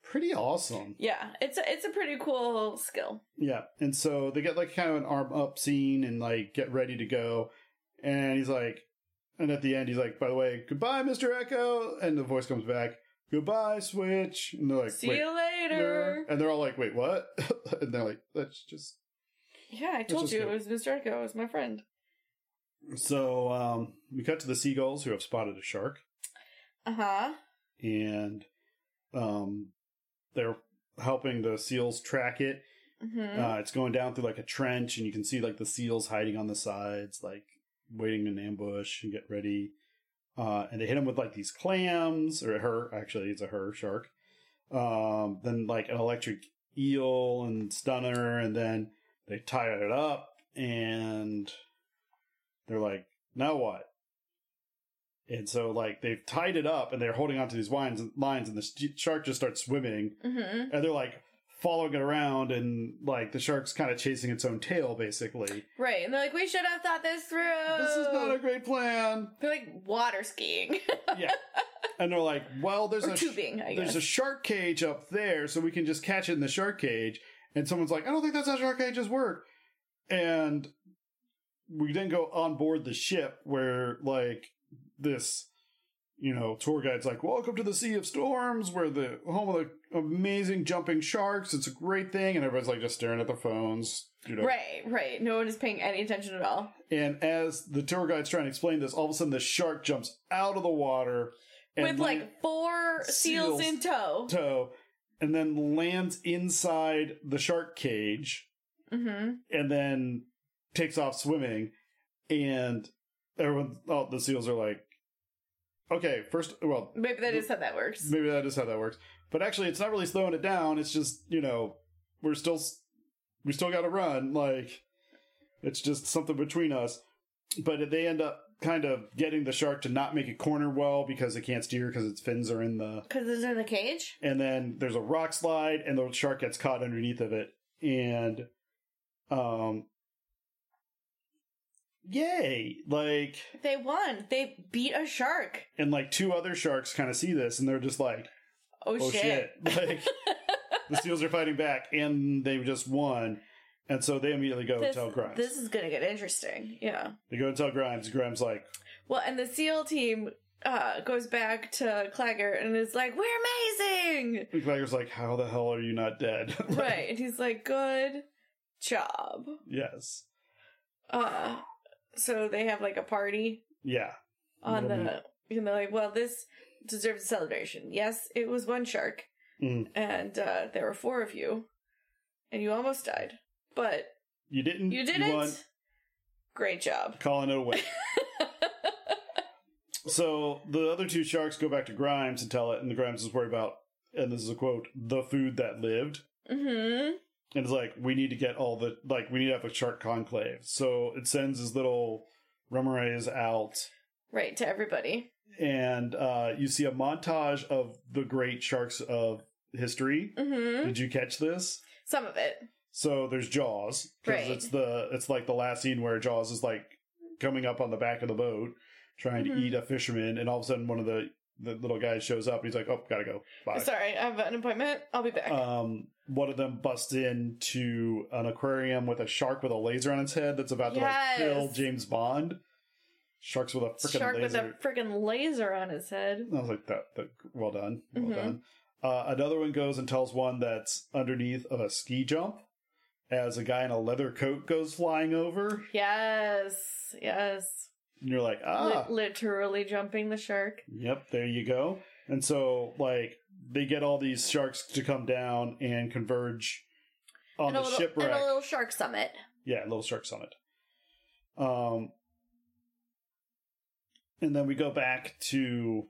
pretty awesome.
Yeah, it's a, it's a pretty cool skill.
Yeah, and so they get like kind of an arm up scene and like get ready to go, and he's like, and at the end he's like, by the way, goodbye, Mister Echo, and the voice comes back, goodbye, Switch, and they're like,
See
wait,
you later.
and they're all like, wait, what? and they're like, that's just
Yeah, I
Which
told
is
you
good.
it was Mr. Echo. It was my friend.
so. Um, we cut to the seagulls who have spotted a shark,
Uh huh.
and um, they're helping the seals track it.
hmm
Uh, it's going down through like a trench, and you can see like the seals hiding on the sides, like waiting in ambush and get ready. Uh, and they hit him with like these clams, or her actually, it's a her shark. Um, then like an electric eel and stunner, and then they tie it up, and they're like, now what? And so like they've tied it up, and they're holding onto these lines, lines, and the sh- shark just starts swimming,
hmm
and they're like, following it around and like the shark's kind of chasing its own tail basically.
Right. And they're like, we should have thought this through.
This is
Oh.
not a great plan.
They're like water skiing.
Yeah. And they're like, well, there's
or
a sh-
tubing, I
there's
guess.
a shark cage up there, so we can just catch it in the shark cage. And someone's like, I don't think that's how shark cages work. And we then go on board the ship where, like, this, you know, tour guide's like, Welcome to the Sea of Storms. We're the home of the amazing jumping sharks. It's a great thing. And everybody's like just staring at their phones, you know,
Right, right. No one is paying any attention at all.
and as the tour guide's trying to explain this, all of a sudden the shark jumps out of the water and
With like four seals,
Seals.
in tow.
lands toe, and then lands inside the shark cage,
hmm
and then takes off swimming. And everyone, all the seals are like, "Okay, first, well,
Maybe that is how that works.
maybe that is how that works." But actually, it's not really slowing it down. It's just you know, we're still, s- we still got to run. Like, it's just something between us. But they end up kind of getting the shark to not make a corner well because it can't steer because its fins are in the.
Because it's in the cage?
And then there's a rock slide, and the shark gets caught underneath of it. And, um, yay! Like,
They won. They beat a shark.
and like two other sharks kind of see this, and they're just like,
Oh,
oh
shit.
shit. Like the seals are fighting back and they just won. And so they immediately go
This,
tell Grimes.
this is going to get interesting. Yeah.
They go and tell Grimes. Grimes like,
Well, and the SEAL team uh, goes back to Claggart and is like, we're amazing.
Clagger's like, how the hell are you not dead? Like,
right. And he's like, good job.
Yes.
Uh, so they have like a party
Yeah.
on
Little
the, and they're like, well, this deserves a celebration. Yes, it was one shark.
Mm.
And uh, there were four of you. And you almost died. But
You didn't.
you didn't.
won.
Great job.
Calling it away. so the other two sharks go back to Grimes and tell it, and the Grimes is worried about, and this is a quote, the food that lived.
Mm-hmm.
And it's like, we need to get all the, like, we need to have a shark conclave. So it sends his little remorays out
Right, to everybody.
and uh, you see a montage of the great sharks of history.
Mm-hmm.
Did you catch this?
Some of it.
So there's Jaws because
Right.
it's the it's like the last scene where Jaws is like coming up on the back of the boat trying to
Mhm.
eat a fisherman, and all of a sudden one of the the little guys shows up and he's like, "Oh, gotta go, bye."
Sorry, I have an appointment. I'll be back.
Um, one of them busts into an aquarium with a shark with a laser on its head that's about
Yes.
to like kill James Bond. Sharks with a freaking
Shark with
laser.
a freaking laser on his head.
I was like, that, that well done, well
Mhm.
done. Uh, another one goes and tells one that's underneath of a ski jump as a guy in a leather coat goes flying over.
Yes, yes.
And you're like,
Li-
ah,
literally jumping the shark.
yep, there you go. And so, like, they get all these sharks to come down and converge on
and
the
a little,
shipwreck.
And a little shark summit.
Yeah, Little Shark Summit. Um, and then we go back to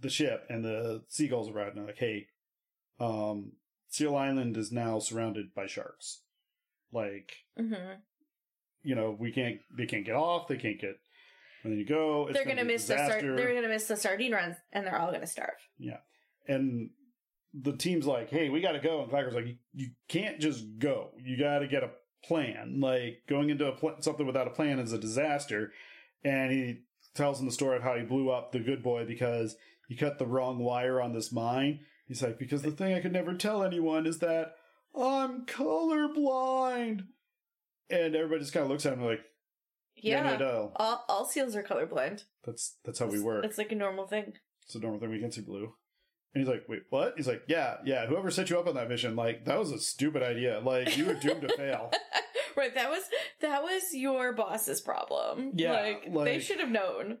the ship, and the seagulls arrive, and they're like, "Hey, um, Seal Island is now surrounded by sharks. Like,
Mm-hmm.
you know, we can't, they can't get off, they can't get." And then you go. It's
They're gonna
be a
miss the sar-
disaster.
they're gonna miss the sardine runs, and they're all gonna starve.
and the team's like, "Hey, we got to go." And Clacker's like, you, "You can't just go. You got to get a plan. Like going into a pl- something without a plan is a disaster." And he tells him the story of how he blew up the good boy because he cut the wrong wire on this mine. He's like, "Because the thing I could never tell anyone is that I'm colorblind." And everybody just kind of looks at him like, "Yeah, no,
Yeah,
no,
all all seals are colorblind.
that's that's how we work."
It's like a normal thing.
it's a normal thing we can see blue. And he's like, wait, what? He's like, yeah, yeah. Whoever set you up on that mission, like, that was a stupid idea. Like, you were doomed to fail.
right, that was that was your boss's problem.
Yeah,
like, they
like-
should have known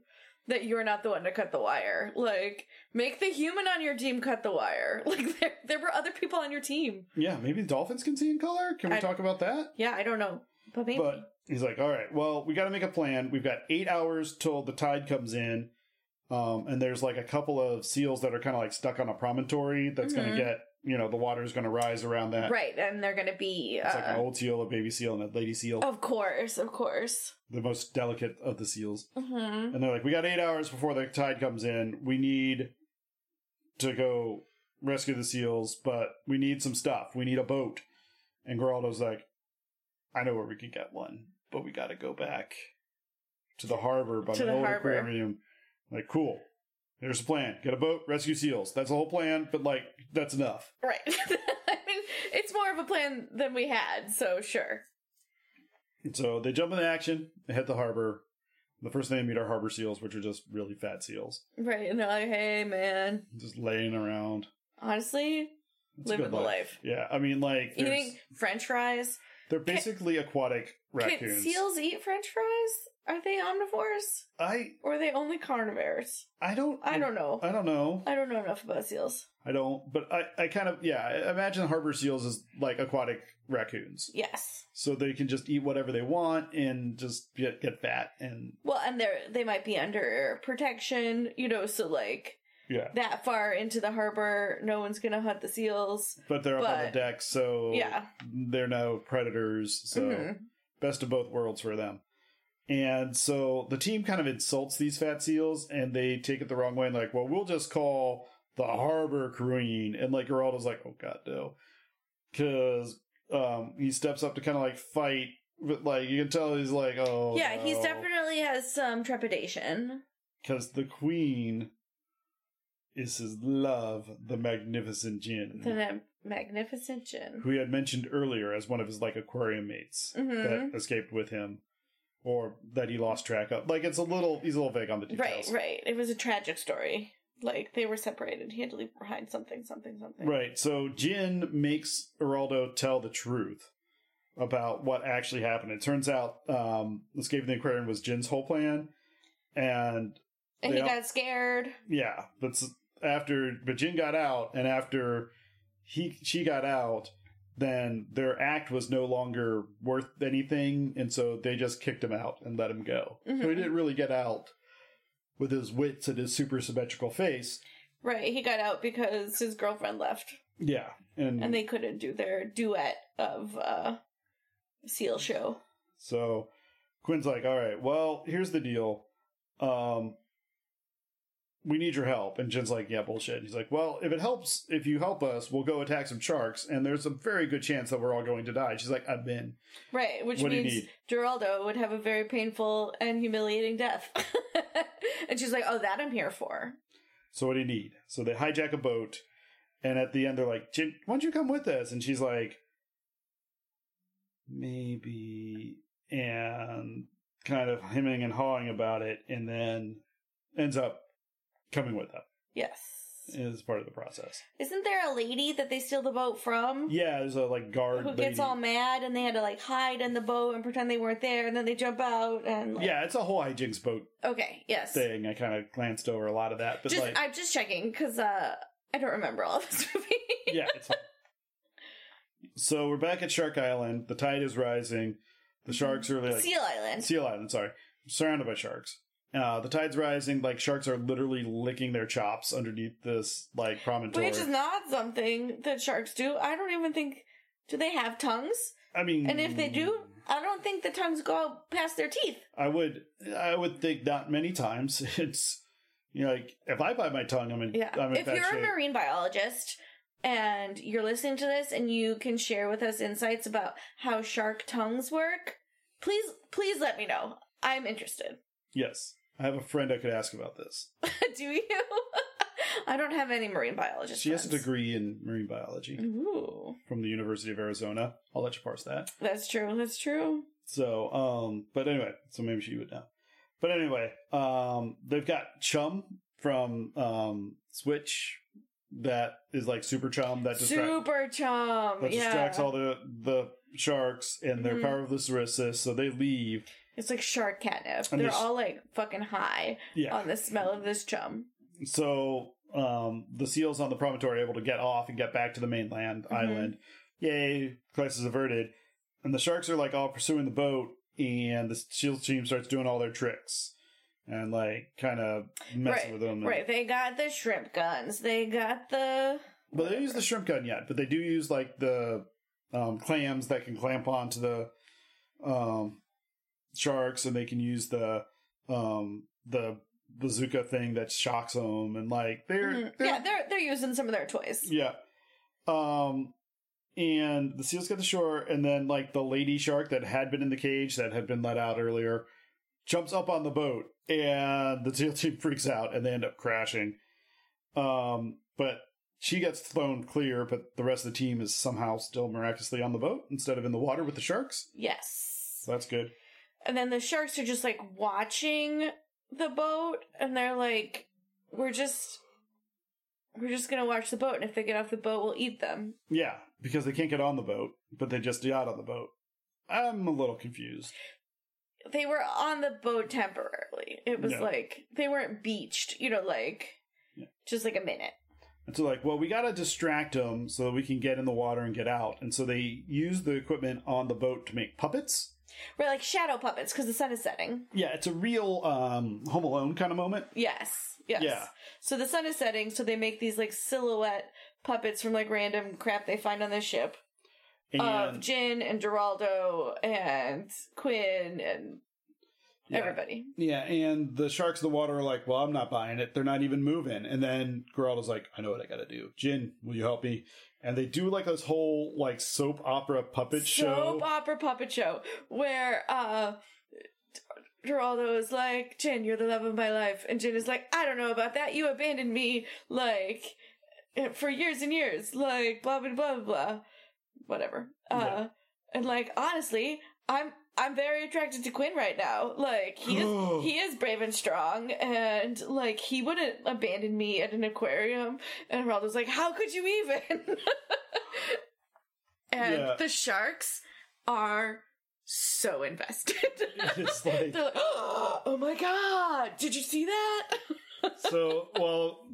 that you're not the one to cut the wire. Like, make the human on your team cut the wire. Like, there there were other people on your team.
Yeah, maybe dolphins can see in color. Can we
I-
talk about that?
Yeah, I don't know, but maybe.
But he's like, all right, well, we got to make a plan. We've got eight hours till the tide comes in. Um, and there's like a couple of seals that are kind of like stuck on a promontory that's
Mhm.
going to get, you know, the water's going to rise around that.
right, and they're gonna be.
It's like an
uh, oh.
old seal, a baby seal, and a lady seal,
of course, of course.
the most delicate of the seals.
hmm
And they're like, we got eight hours before the tide comes in. We need to go rescue the seals, but we need some stuff. We need a boat. And Geraldo's like, I know where we could get one, but we got to go back to the harbor by
To
the
the
old
harbor.
aquarium. Like, cool. There's a plan. Get a boat, rescue seals. That's the whole plan, but like, that's enough.
Right. I mean, it's more of a plan than we had, so sure.
And so they jump into action, they hit the harbor. The first thing they meet are harbor seals, which are just really fat seals,
Right. And they're like, hey, man,
just laying around.
honestly,
It's a
living
good
the life.
Yeah, I mean, like, there's-
Eating french fries.
they're basically aquatic
Can
raccoons.
seals eat french fries? Are they omnivores?
I
Or are they only carnivores?
I don't
I don't know.
I don't know.
I don't know enough about seals.
I don't, but I, I kind of, yeah, I imagine harbor seals as like aquatic raccoons.
Yes.
So they can just eat whatever they want and just get, get fat and,
Well, and they're they might be under protection, you know, so like
yeah.
that far into the harbor, no one's gonna hunt the seals.
But they're up on the
But-
deck, so
Yeah.
they're no predators. So
Mhm.
best of both worlds for them. And so the team kind of insults these fat seals and they take it the wrong way and like, well, we'll just call the harbor queen. And like Geraldo's like, oh god, no. Cause um he steps up to kind of like fight, but like you can tell he's like, oh
yeah, he's
no.
definitely has some trepidation.
because the queen is his love, the magnificent Jin.
The ma- magnificent gin.
Mm. who he had mentioned earlier as one of his like aquarium mates
Mhm.
that escaped with him or that he lost track of. Like it's a little he's a little vague on the
Right,
details.
right. It was a tragic story. Like they were separated. He had to leave behind something, something, something.
Right. So Jin makes Geraldo tell the truth about what actually happened. It turns out um escaping the aquarium was Jin's whole plan and
And
They
he
all-
got scared.
Yeah, but s- after but Jin got out, and after he she got out, then their act was no longer worth anything, and so they just kicked him out and let him go. So he
Mhm.
didn't really get out with his wits and his super symmetrical face.
Right, he got out because his girlfriend left.
Yeah, and,
and they couldn't do their duet of uh seal show
so Quinn's like, "All right, well, here's the deal. Um, we need your help." And Jin's like, "Yeah, bullshit." And he's like, "Well, if it helps, if you help us, we'll go attack some sharks, and there's a very good chance that we're all going to die." She's like, "I've been."
right which
What do you
means
need?
geraldo would have a very painful and humiliating death and she's like oh that i'm here for
So what do you need? So they hijack a boat, and at the end they're like, Jin, why don't you come with us? And she's like, maybe, and kind of hemming and hawing about it, and then ends up coming with them
yes
as part of the process.
isn't there a lady that they steal the boat from
Yeah, there's a like guard
who
lady.
gets all mad and they had to like hide in the boat and pretend they weren't there and then they jump out and like,
yeah, it's a whole hijinks boat
okay yes
thing. I kind of glanced over a lot of that, but
just
like,
i'm just checking because uh i don't remember all of this movie
yeah, it's fine. So we're back at Shark Island. The tide is rising. The sharks are like
seal Mm-hmm. island
Seal Island, sorry. Surrounded by sharks. Uh, the tide's rising. Like sharks are literally licking their chops underneath this like promontory.
Which is not something that sharks do. I don't even think. Do they have tongues?
I mean,
And if they do,
Hmm.
I don't think the tongues go out past their teeth.
I would, I would think not many times. It's you know, like if I bite my tongue, I'm in,
Yeah.
I'm in
if
bad
you're
shape.
a marine biologist and you're listening to this and you can share with us insights about how shark tongues work, please, please let me know. I'm interested.
yes, I have a friend I could ask about this.
do you? I don't have any marine biologist.
She has a
friends. Mm-hmm.
degree in marine biology
Ooh,
from the University of Arizona. I'll let you parse that.
that's true. That's true.
So, um, but anyway, so maybe she would know. But anyway, um, they've got Chum from um, Switch that is like super Chum that, distract-
Super chum.
that
yeah.
distracts all the the sharks and their
Mhm.
power of the Sarissa, so they leave.
It's like shark catnip.
And
They're
there's-
all like fucking high
Yeah.
on the smell of this chum.
so um, the seals on the promontory are able to get off and get back to the mainland
Mhm.
island. Yay, crisis averted. And the sharks are like all pursuing the boat, and the shield team starts doing all their tricks and like kind of messing
Right,
with them. and-
Right, they got the shrimp guns. They got the
Well, they don't use the shrimp gun yet, but they do use like the um, clams that can clamp onto the um, sharks, and they can use the um, the bazooka thing that shocks them, and like they're,
Mhm.
they're
yeah, they're they're using some of their toys.
yeah. Um, and the seals get to shore, and then like the lady shark that had been in the cage that had been let out earlier jumps up on the boat, and the seal team freaks out, and they end up crashing. Um, but she gets thrown clear, but the rest of the team is somehow still miraculously on the boat instead of in the water with the sharks.
Yes.
So that's good.
And then the sharks are just like watching the boat and they're like we're just we're just going to watch the boat and if they get off the boat we'll eat them.
Yeah, because they can't get on the boat, but they just got on the boat. I'm a little confused.
They were on the boat temporarily. It was
Yeah.
like they weren't beached, you know, like
Yeah.
just like a minute.
And so, like, well, we got to distract them so that we can get in the water and get out. And so they use the equipment on the boat to make puppets.
We're like shadow puppets because the sun is setting.
Yeah, it's a real um, Home Alone kind of moment.
Yes. Yes.
Yeah.
So the sun is setting, so they make these like silhouette puppets from like random crap they find on the ship
And
of Jin and Geraldo and Quinn and
yeah.
everybody.
Yeah, and the sharks in the water are like, well, I'm not buying it. They're not even moving. And then Geraldo's like, I know what I got to do. Jin, will you help me? And they do like this whole like soap opera puppet show.
Soap opera puppet show where uh Geraldo is like, Jin, you're the love of my life. And Jin is like, I don't know about that. You abandoned me like for years and years. Like blah blah blah blah, blah. Whatever. Uh
Yeah.
and like honestly, I'm I'm very attracted to Quinn right now. Like he is he is brave and strong and like he wouldn't abandon me at an aquarium. And Geraldo's like, How could you even? and
Yeah.
the sharks are so invested.
it's like,
They're like, oh my god, did you see that?
so while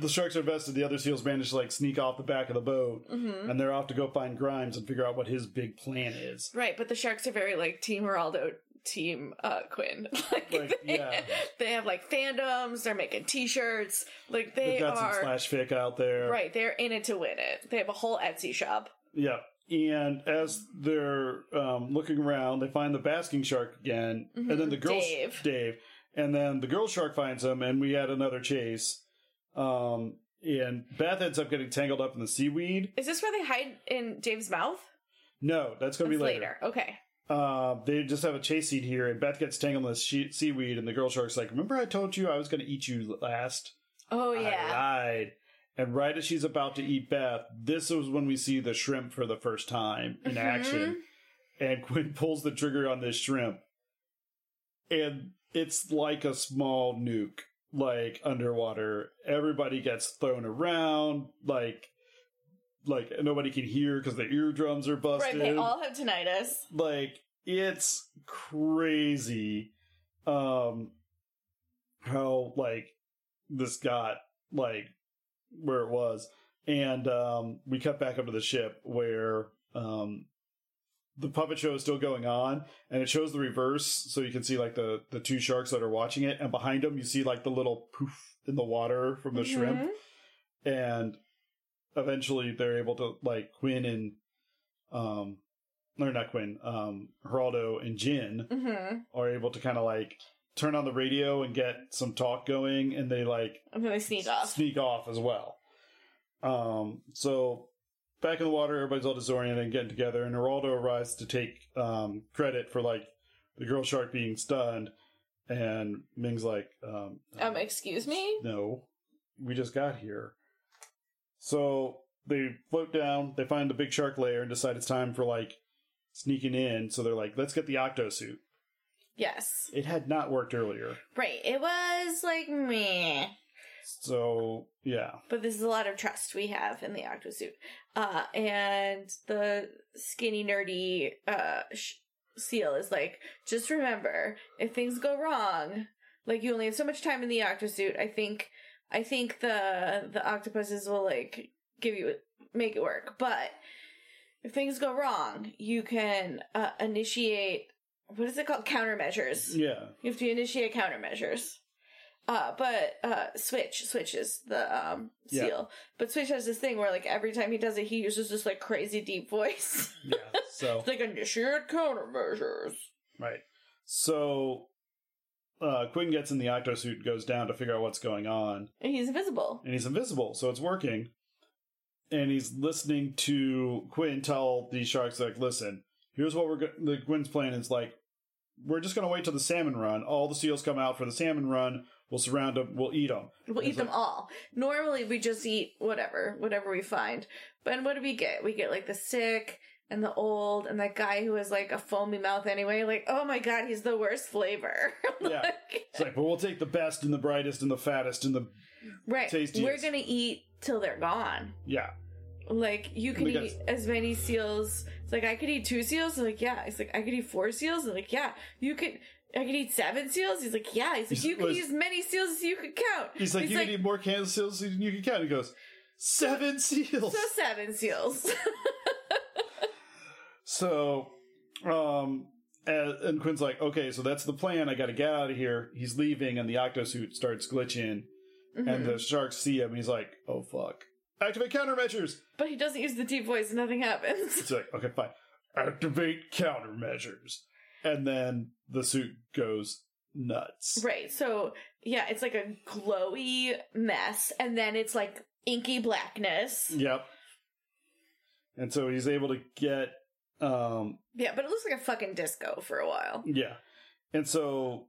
the sharks are vested, the other seals manage to like sneak off the back of the boat,
Mhm.
and they're off to go find Grimes and figure out what his big plan is.
Right, but the sharks are very like Team Geraldo, Team uh, Quinn. like,
Like,
they,
yeah.
they have like fandoms, they're making t shirts. Like,
They've
they
got some
are.
slash fic out there,
Right, they're in it to win it. They have a whole Etsy shop.
Yeah, and as they're um, looking around, they find the basking shark again, and then the girl
Mm-hmm. Dave.
Dave, and then the girl shark finds him, and we had another chase. Um, and Beth ends up getting tangled up in the seaweed.
Is this where they hide in Dave's mouth?
No, that's going to be
That's
later.
Okay.
Uh, they just have a chase scene here, and Beth gets tangled in the she- seaweed, and the girl shark's like, "Remember, I told you I was going to eat you last.
Oh,
I
yeah.
lied." And right as she's about to eat Beth, this is when we see the shrimp for the first time in
Mhm.
action, and Quinn pulls the trigger on this shrimp, and it's like a small nuke, like underwater. Everybody gets thrown around, like. Like nobody can hear because their eardrums are busted
Right, they all have tinnitus.
like it's crazy um how like this got like where it was and um we cut back up to the ship where um the puppet show is still going on and it shows the reverse so you can see like the the two sharks that are watching it and behind them you see like the little poof in the water from the shrimp
Mhm.
and eventually they're able to like Quinn and um or not Quinn, um Geraldo and Jin
Mhm.
are able to kind of like turn on the radio and get some talk going and they like
And then they sneak off.
sneak off as well. Um so back in the water everybody's all disoriented and getting together and Geraldo arrives to take um credit for like the girl shark being stunned and Ming's like um
Um, excuse me?
no, we just got here. So they float down, they find the big shark lair and decide it's time for like sneaking in. So they're like, let's get the octo suit.
Yes.
It had not worked earlier.
Right. It was like meh.
So yeah.
But this is a lot of trust we have in the octo suit. Uh, and the skinny, nerdy uh, sh- seal is like, just remember, if things go wrong, like you only have so much time in the octo suit. I think, I think the the octopuses will like give you make it work. But if things go wrong, you can uh, initiate what is it called countermeasures.
Yeah.
You have to initiate countermeasures. Uh, but uh, Switch switches the um,
Yeah.
seal. But Switch has this thing where like every time he does it, he uses this like crazy deep voice,
Yeah. So
It's like initiate countermeasures.
right. So uh, Quinn gets in the octosuit, goes down to figure out what's going on,
And he's invisible.
and he's invisible, so it's working. And he's listening to Quinn tell the sharks, like, listen, here's what we're go-. the Quinn's plan is like, we're just gonna wait till the salmon run. All the seals come out for the salmon run. We'll surround them. We'll eat them.
We'll eat
It's
them
like-
all. Normally, we just eat whatever, whatever we find. But what do we get? We get like the sick and the old and that guy who has like a foamy mouth anyway. Like, oh my god, he's the worst flavor.
Yeah.
Like-
It's like, but we'll take the best and the brightest and the fattest and the
right.
Tastiest.
We're gonna eat till they're gone.
yeah.
Like you can
Because-
eat as many seals. It's like I could eat two seals. He's like yeah. He's like I could eat four seals. He's like yeah. You could. I could eat seven seals. He's like yeah. He's like
He's-
you could
was-
eat as many seals as you could count.
He's like, you can eat more canned seals than you can count. He goes, seven seals.
so seven seals.
So, um, and, and Quinn's like, okay, so that's the plan. I got to get out of here. He's leaving, and the octosuit starts glitching, and the sharks see him. And he's like, oh fuck, activate countermeasures.
But he doesn't use the deep voice, and nothing happens.
It's like, okay, fine, activate countermeasures, and then the suit goes nuts.
right. So yeah, it's like a glowy mess, and then it's like inky blackness.
Yep. And so he's able to get, um,
Yeah, but it looks like a fucking disco for a while.
Yeah. And so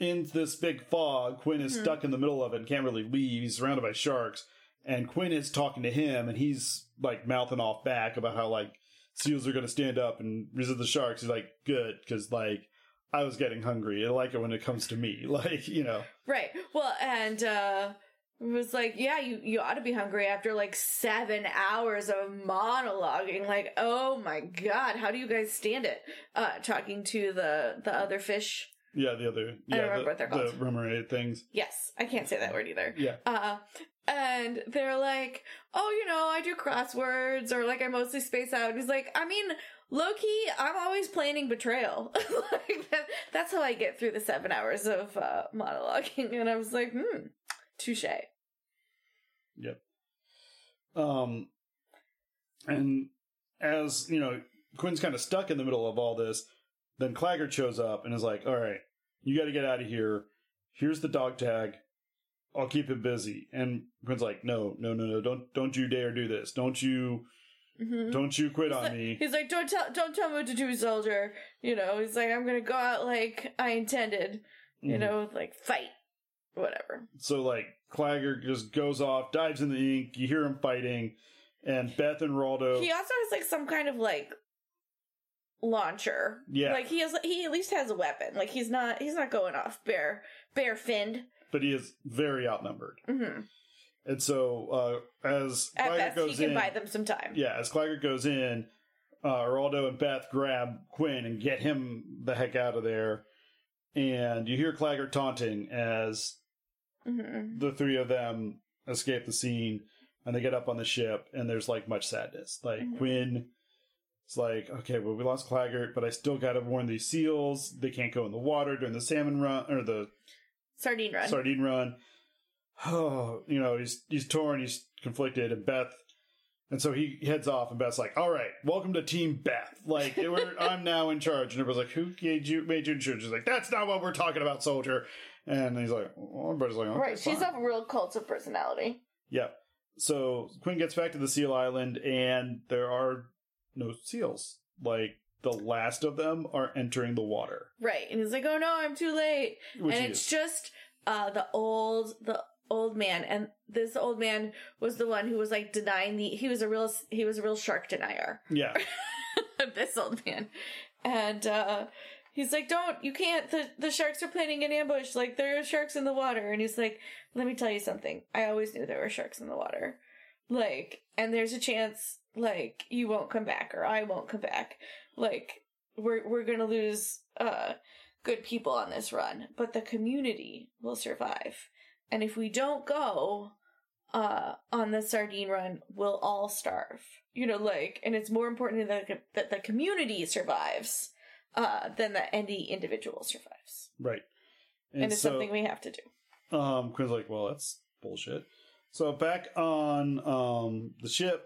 in this big fog, Quinn is
Mhm.
stuck in the middle of it and can't really leave. He's surrounded by sharks. And Quinn is talking to him and he's like mouthing off back about how like seals are going to stand up and resist the sharks. He's like, good, because like I was getting hungry. I like it when it comes to me. Like, you know,
Right. Well, and uh it was like, yeah, you you ought to be hungry after like seven hours of monologuing. Like, oh my god, how do you guys stand it? Uh Talking to the the other fish.
yeah, the other,
I don't
yeah, the,
remember what they're called.
the rumorated things.
Yes, I can't say that word either.
Yeah.
Uh, and they're like, oh, you know, I do crosswords or like I mostly space out. And he's like, I mean, low key, I'm always planning betrayal. like that, that's how I get through the seven hours of uh, monologuing. And I was like, hmm, touche.
Um, and as you know, Quinn's kind of stuck in the middle of all this. Then Claggart shows up and is like, "All right, you got to get out of here. Here's the dog tag. I'll keep him busy." And Quinn's like, "No, no, no, no! Don't, don't you dare do this! Don't you,
Mhm.
don't you quit
He's
on
like-
me!"
He's like, don't tell, don't tell me what to do, soldier. You know, he's like, I'm gonna go out like I intended. You
Mhm.
know, like fight, whatever.
Mm-hmm. So like, Claggart just goes off, dives in the ink. You hear him fighting, and Beth and Raldo.
He also has like some kind of like launcher.
Yeah.
Like he has he at least has a weapon. Like he's not he's not going off bare bare finned.
but he is very outnumbered,
hmm
and so uh, as
At
Claggart
best he
goes
can
in,
buy them some time.
yeah, as Claggart goes in, uh, Geraldo and Beth grab Quinn and get him the heck out of there. And you hear Claggart taunting as
hmm
the three of them escape the scene and they get up on the ship and there's like much sadness. Like
Mhm.
Quinn it's like, okay, well we lost Claggart, but I still gotta warn these seals. They can't go in the water during the salmon run or the
Sardine run.
sardine run. Oh, you know, he's he's torn, he's conflicted, and Beth and so he heads off and Beth's like, All right, welcome to Team Beth. Like we're, I'm now in charge. And everybody's like, Who made you made you in charge? She's like, That's not what we're talking about, soldier. And he's like, well, everybody's like, okay,
right. She's
fine.
a real cult of personality.
Yeah. So Quinn gets back to the Seal Island and there are no seals. Like the last of them are entering the water.
Right. And he's like, Oh no, I'm too late.
Which
and
he
it's
is.
just uh the old the old man and this old man was the one who was like denying the he was a real he was a real shark denier.
yeah.
this old man. And uh he's like, Don't you can't the the sharks are planning an ambush, like there are sharks in the water and he's like, Let me tell you something. I always knew there were sharks in the water. Like, and there's a chance like you won't come back or I won't come back. Like we're we're gonna lose uh good people on this run, but the community will survive. And if we don't go uh on the sardine run, we'll all starve. You know, like, and it's more important that the, that the community survives uh than that any individual survives.
Right.
And, it's something we have to do.
Um, Quinn's like, well, that's bullshit. So back on um the ship,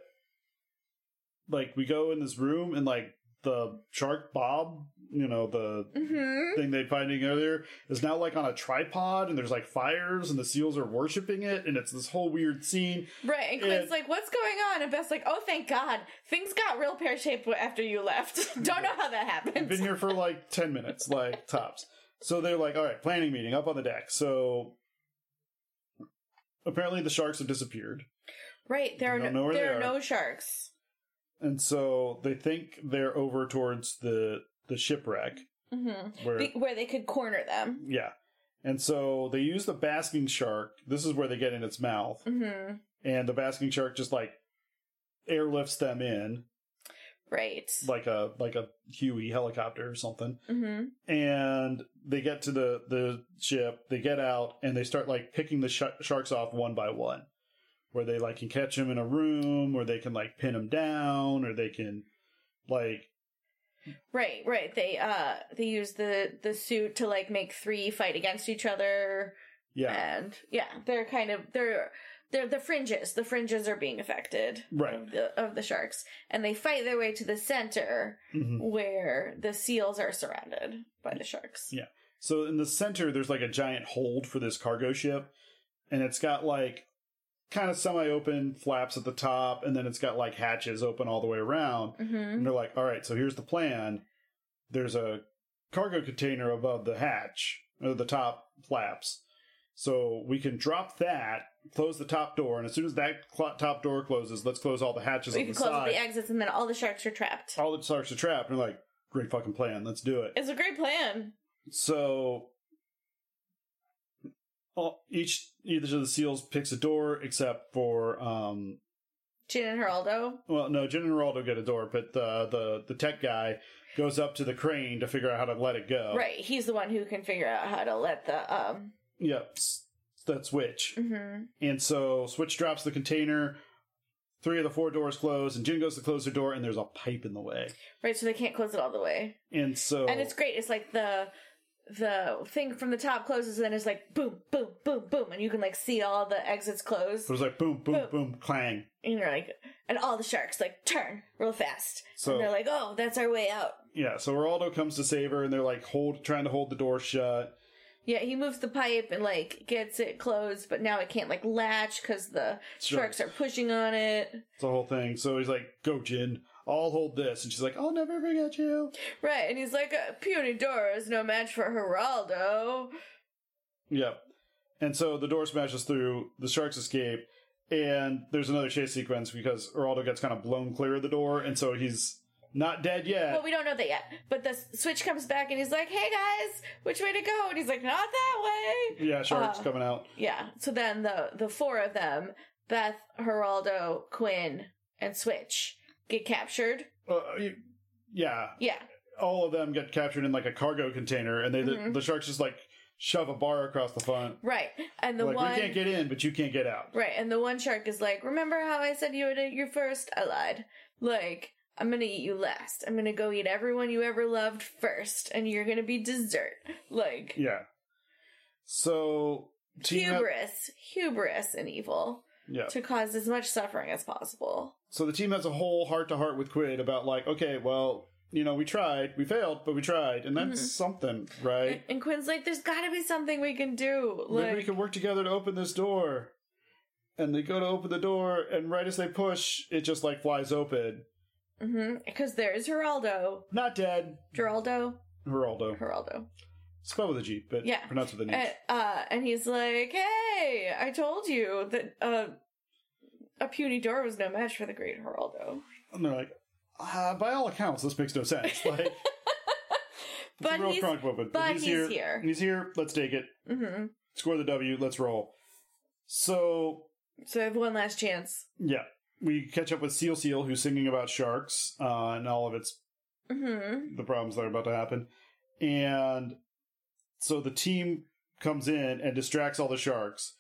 like we go in this room and like the shark Bob, you know, the
Mm-hmm.
thing they'd finding earlier is now like on a tripod and there's like fires and the seals are worshiping it and it's this whole weird scene.
Right, and Clint's
And-
like, "What's going on?" And Beth's like, "Oh, thank God, things got real pear shaped after you left. Don't know how that
I've
happened."
been here for like 10 minutes, like tops. So they're like, all right, planning meeting up on the deck. So apparently the sharks have disappeared.
Right, there are
We don't
no,
know where
there
they
are
are.
no sharks.
And so they think they're over towards the the shipwreck
hmm
where
Be- where they could corner them.
yeah. And so they use the basking shark. This is where they get in its mouth.
hmm
And the basking shark just like airlifts them in
Right.
like a like a Huey helicopter or something.
hmm
And they get to the the ship, they get out, and they start like picking the sh- sharks off one by one, where they like can catch them in a room, or they can like pin them down, or they can like
Right, right. They uh they use the the suit to like make three fight against each other,
yeah
and yeah, they're kind of they're they're the fringes. The fringes are being affected
right
of the of the sharks, and they fight their way to the center.
hmm
where the seals are surrounded by the sharks.
Yeah. So in the center, there's like a giant hold for this cargo ship, and it's got like kind of semi-open flaps at the top, and then it's got like hatches open all the way around.
hmm
And they're like, all right, so here's the plan. There's a cargo container above the hatch, or the top flaps. So we can drop that, close the top door, and as soon as that cl- top door closes, let's close all the hatches
We
on the
can close all
side. Oh.
the exits, and then all the sharks are trapped.
all the sharks are trapped. And they're like, great fucking plan, let's do it.
It's a great plan.
So all, each each of the seals picks a door, except for um,
Gin and Geraldo.
well, no, Jen and Geraldo get a door, but the the the tech guy goes up to the crane to figure out how to let it go.
Right, he's the one who can figure out how to let the um.
Yep. s- That switch.
hmm
And so Switch drops the container. Three of the four doors close, and Jin goes to close the door, and there's a pipe in the way.
Right, so they can't close it all the way,
And so
and it's great. It's like the the thing from the top closes, and then it's like boom, boom, boom, boom, and you can like see all the exits close,
it was like boom, boom,
But-
boom, clang.
and you're like, and all the sharks like turn real fast,
So
and they're like, oh, that's our way out.
yeah, so Geraldo comes to save her, and they're like hold, trying to hold the door shut.
Yeah, he moves the pipe and like gets it closed, but now it can't like latch because the
Sure.
sharks are pushing on it.
It's the whole thing. So he's like, "Go, Jin. I'll hold this," and she's like, "I'll never forget you."
Right, and he's like, "Uh, "Puny Dora is no match for Geraldo."
Yep. And so the door smashes through. The sharks escape, and there's another chase sequence because Geraldo gets kind of blown clear of the door, and so he's not dead yet.
Well, we don't know that yet. But the s- switch comes back and he's like, "Hey guys, which way to go?" And he's like, "Not that way."
yeah, sharks
uh,
coming out.
Yeah. So then the the four of them, Beth, Geraldo, Quinn, and Switch, get captured.
Uh, you- yeah,
Yeah.
all of them get captured in like a cargo container, and they
Mhm.
the, the sharks just like shove a bar across the front.
Right. And the
like
one
we can't get in, but you can't get out.
Right, and the one shark is like, "Remember how I said you would eat your first? I lied. Like, I'm gonna eat you last. I'm gonna go eat everyone you ever loved first, and you're gonna be dessert." Like
Yeah. So team up-
hubris, hubris, and evil
yeah.
to cause as much suffering as possible.
So the team has a whole heart to heart with Quid about like, okay, well, you know, we tried, we failed, but we tried, and that's
Mm-hmm.
something, right?
And Quinn's like, "There's got to be something we can do."
Maybe we
Like,
can work together to open this door. And they go to open the door, and right as they push, it just like flies open.
because mm-hmm. there's Geraldo,
Not dead,
Geraldo,
Geraldo.
Geraldo.
Spelled with a G, but
Yeah.
pronounced with an H.
And, uh, and he's like, "Hey, I told you that uh, a puny door was no match for the great Geraldo."
And they're like, uh, by all accounts, this makes no sense. Like, it's
But
a real
he's-
crunk moment.
but he's here.
He's here. Let's take it.
hmm
Score the W. Let's roll. So
So I have one last chance.
Yeah. We catch up with Seal Seal, who's singing about sharks uh, and all of its
hmm
the problems that are about to happen. And so the team comes in and distracts all the sharks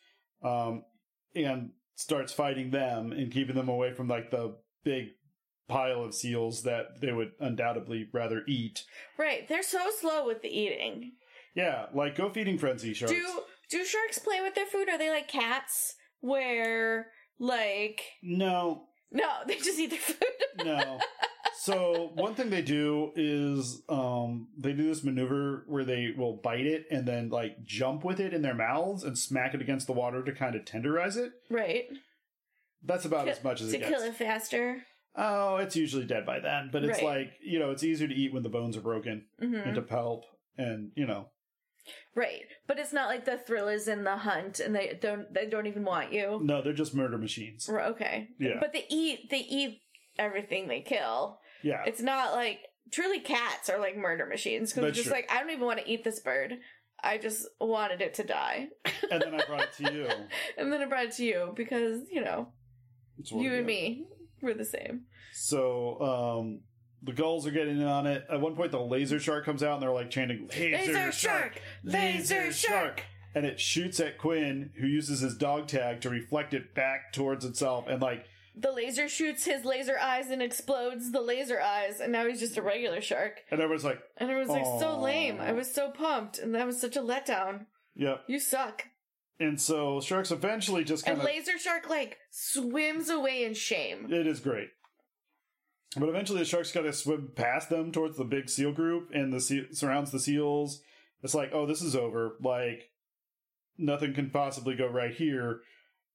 um, and starts fighting them and keeping them away from like the big pile of seals that they would undoubtedly rather eat.
Right? They're so slow with the eating.
Yeah, like go feeding frenzy sharks.
Do do sharks play with their food? Are they like cats, where like
No,
no, they just eat their food?
no. so one thing they do is um, they do this maneuver where they will bite it and then like jump with it in their mouths and smack it against the water to kind of tenderize it.
Right.
That's about
Ki-
as much as
to
it gets.
kill it faster.
Oh, it's usually dead by then, but it's
Right.
like you know, it's easier to eat when the bones are broken
hmm
and to pulp, and you know,
Right. But it's not like the thrill is in the hunt and they don't they don't even want you.
no, they're just murder machines.
We're Okay.
Yeah.
But they eat they eat everything they kill.
Yeah,
It's not like truly cats are like murder machines because
That's
just
true.
like I don't even want to eat this bird. I just wanted it to die.
and then I brought it to you.
And then I brought it to you because, you know,
It's what
you
it
and
is.
me were the same.
So um, the gulls are getting in on it. At one point, the laser shark comes out, and they're like chanting "Laser, shark,
Laser shark! Laser shark!
and it shoots at Quinn, who uses his dog tag to reflect it back towards itself, and like
The laser shoots his laser eyes and explodes the laser eyes, and now he's just a regular shark.
and everyone's like,
And it was like so
Aw.
lame. I was so pumped, and that was such a letdown.
"Yep."
You suck.
And so sharks eventually just kind
And
of
laser shark like swims away in shame.
It is great. But eventually, the sharks got to swim past them towards the big seal group, and the seal surrounds the seals. It's like, oh, this is over. Like, nothing can possibly go right here.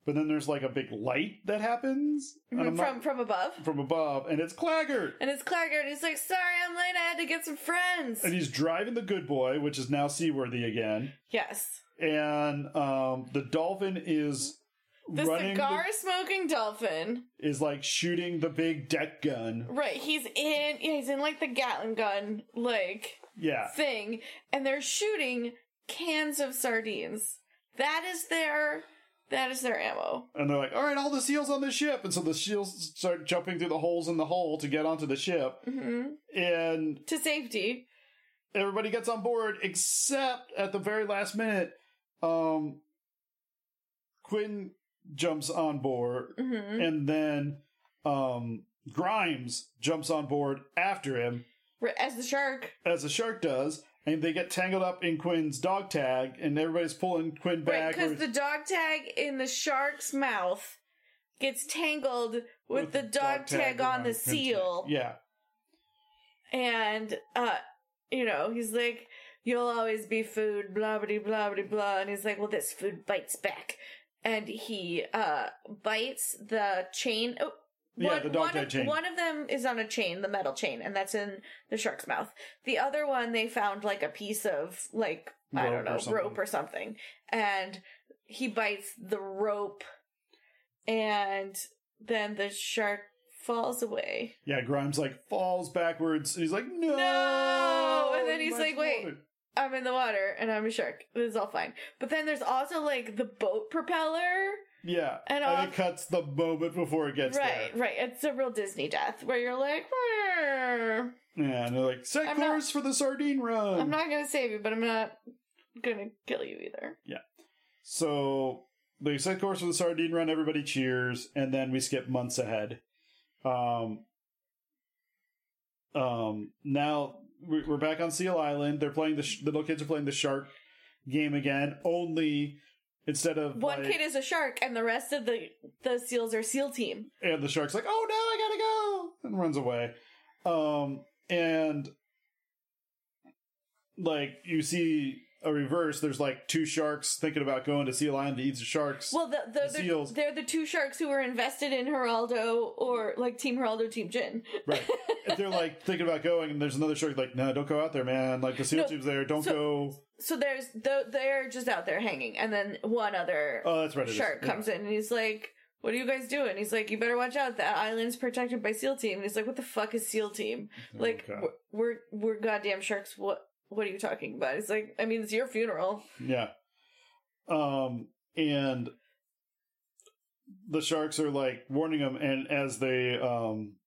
But then there's like a big light that happens and I'm
Mm, From
not-
from above.
from above, and it's Claggart,
And it's Clarker, and he's like, "Sorry, I'm late. I had to get some friends."
and he's driving the good boy, which is now seaworthy again.
yes,
And um, the dolphin is
the
running, the-
cigar-smoking dolphin.
is like shooting the big deck gun.
Right, he's in. Yeah, he's in like the Gatling gun like
Yeah,
thing, and they're shooting cans of sardines. That is their. That is their ammo.
And they're like, all right, all the seals on the ship. And so the seals start jumping through the holes in the hull to get onto the ship.
hmm
And
To safety.
everybody gets on board except at the very last minute, um, Quinn jumps on board.
hmm
And then um, Grimes jumps on board after him,
As the shark.
as the shark does. And they get tangled up in Quinn's dog tag. And everybody's pulling Quinn back.
Right, because the dog tag in the shark's mouth gets tangled with, the dog, tag, on the
Quinn's neck.
seal.
Yeah.
And, uh, you know, he's like, you'll always be food, blah, blah, blah, blah, blah. And he's like, well, this food bites back. And he, uh, bites the chain. Oh,
Yeah,
one-
the dog
one
tag
of,
chain.
One of them is on a chain, the metal chain, and that's in the shark's mouth. The other one, they found like a piece of, like, I
Rope
don't
or
know,
something.
rope or something. And he bites the rope, and then the shark falls away.
Yeah, Grimes like falls backwards and he's like, no.
No! And then he's
My
like, wait.
wallet."
I'm in the water and I'm a shark. This is all fine. But then there's also like the boat propeller.
Yeah. And,
And all-
it cuts the moment before it gets
right, right. It's a real Disney death where you're like, "Rrr.
there. Yeah, and they're like, set
I'm not-
course for the sardine run.
I'm not gonna save you, but I'm not gonna kill you either.
So they set course for the sardine run, everybody cheers, and then we skip months ahead. Um, um, now we- we're back on Seal Island. They're playing the, sh- the little kids are playing the shark game again, only instead of
One
like-
kid is a shark and the rest of the the seals are seal team.
And the shark's like, "Oh no, I gotta go!" and runs away. Um, and like you see a reverse. There's like two sharks thinking about going to Sea Lion to eat the sharks.
Well, the, the,
The
the-
seals.
they're the two sharks who were invested in Geraldo or like Team Geraldo, Team Jin.
right. And they're like thinking about going, and there's another shark like, "No, don't go out there, man. Like the seal
No,
tube's there. Don't
so-
go."
So there's the, they're just out there hanging, and then one other
Oh, that's right. it is.
shark
Yeah.
comes in and he's like, "What are you guys doing?" He's like, "You better watch out. That island's protected by SEAL Team." And he's like, "What the fuck is SEAL Team?
Oh,
like,
God.
we're, we're we're goddamn sharks. What what are you talking about?" He's like, "I mean, it's your funeral."
Yeah. Um, and the sharks are like warning them, and as they, um,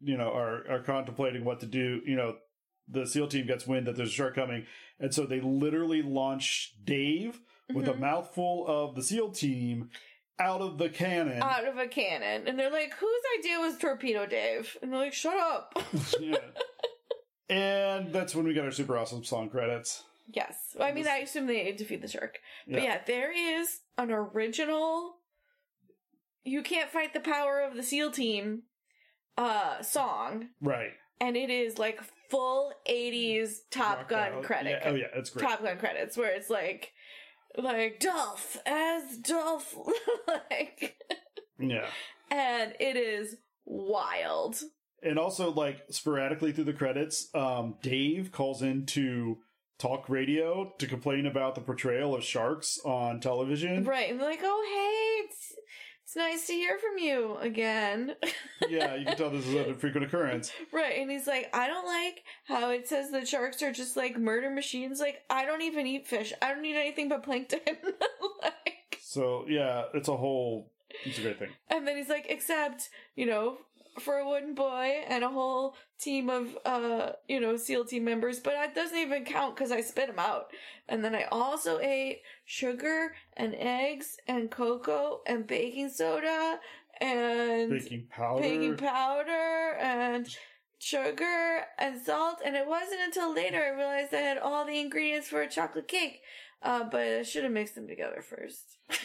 you know, are are contemplating what to do, you know, the SEAL team gets wind that there's a shark coming, and so they literally launch Dave with a
Mhm.
mouthful of the SEAL team out of the cannon.
out of a cannon, and they're like, "Whose idea was Torpedo Dave?" And they're like, "Shut up."
yeah. And that's when we got our super awesome song credits.
yes, Well, I mean, I assume they defeat the shark, but
Yeah.
yeah, there is an original. You can't fight the power of the SEAL Team. uh song
Right.
and it is like full 80s Top
Rock
Gun
out.
credit
Yeah. Oh yeah, that's great.
Top Gun credits where it's like like Dolph as Dolph like
Yeah.
and it is wild.
And also like sporadically through the credits, um, Dave calls in to talk radio to complain about the portrayal of sharks on television.
Right. And like, oh hey, it's it's nice to hear from you again.
yeah, you can tell this is a frequent occurrence.
right. And he's like, I don't like how it says that sharks are just like murder machines. Like, I don't even eat fish. I don't eat anything but plankton. like
So yeah, it's a whole it's a great thing.
And then he's like, except, you know, for a wooden boy and a whole team of, uh, you know, SEAL team members, but that doesn't even count because I spit them out. And then I also ate sugar and eggs and cocoa and baking soda and
Baking powder.
baking powder and sugar and salt. And it wasn't until later I realized I had all the ingredients for a chocolate cake, uh, but I should have mixed them together first.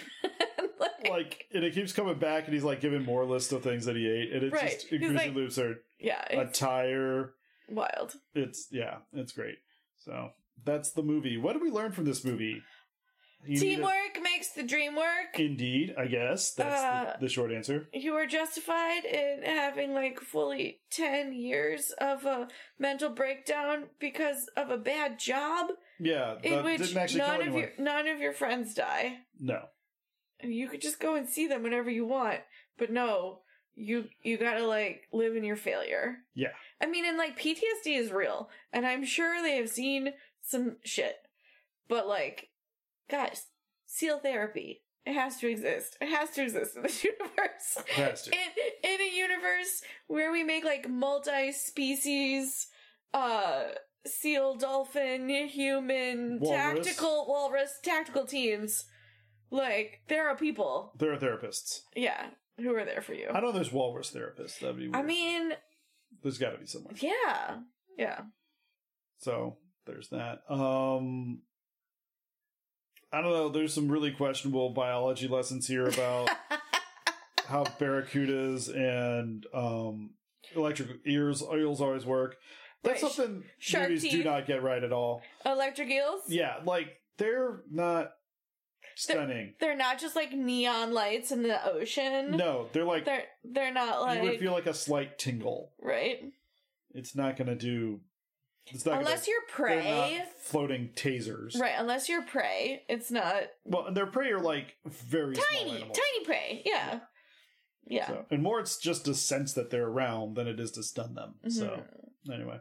like and it keeps coming back and he's like giving more lists of things that he ate and it's
Right.
just
He's like-
increasingly absurd.
yeah,
A
it's
tire.
wild.
It's yeah, it's great. So that's the movie. What did we learn from this movie? You need a-
Teamwork makes the dream work.
Indeed, I guess that's
Uh,
the, the short answer.
You are justified in having like fully 10 years of a mental breakdown because of a bad job
Yeah,
in
that
which
didn't actually kill
none of
anyone.
your none of your friends die.
No,
And you could just go and see them whenever you want, but no, you you got to like live in your failure.
Yeah.
I mean, and like PTSD is real, and I'm sure they have seen some shit. But like guys, seal therapy. It has to exist. It has to exist in this universe.
it has to.
in in a universe where we make like multi species uh seal dolphin human
Walrus.
tactical walrus tactical teams like there are people
There are therapists.
yeah who are there for you
I know there's walrus therapists. That'd be. Weird.
i mean
there's got to be someone.
yeah yeah
So there's that. Um, I don't know. There's some really questionable biology lessons here about how barracudas and um, electric ears eels always work. That's
Right.
something
Shark
movies do
teeth.
not get right at all.
electric eels
Yeah, like they're not stunning.
they're not just like neon lights in the ocean
no, they're like
they're they're not like
you would feel like a slight tingle.
right
It's not gonna do. It's not
unless
gonna,
you're
they're
prey
not floating tasers.
right unless you're prey it's not
Well, and their prey are like very small
tiny,
animals.
tiny prey. Yeah, yeah.
So, and more, it's just to sense that they're around than it is to stun them.
Mm-hmm.
So anyway,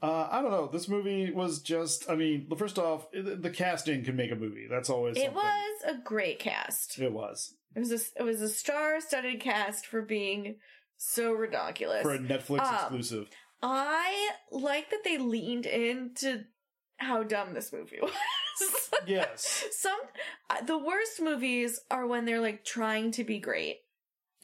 uh, I don't know. This movie was just. I mean, first off, it, the casting can make a movie. That's always
it
something.
was a great cast.
It was
It was a, it was a star-studded cast for being so ridiculous.
for a Netflix
Um,
exclusive.
I like that they leaned into how dumb this movie was.
Yes.
Some uh, the worst movies are when they're like trying to be great.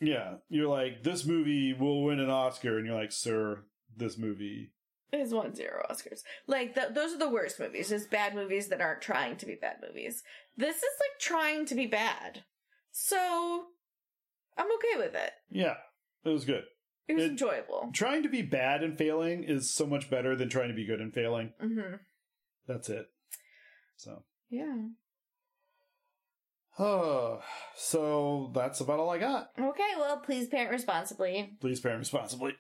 Yeah. You're like, this movie will win an Oscar, and you're like, sir, this movie.
It's won zero Oscars. Like th those are the worst movies. Is bad movies that aren't trying to be bad movies. This is like trying to be bad. So I'm okay with it.
Yeah, it was good.
It was
It-
enjoyable.
Trying to be bad and failing is so much better than trying to be good and failing.
hmm
That's it. So.
Yeah.
Oh, so that's about all I got.
Okay. Well, please parent responsibly.
Please parent responsibly.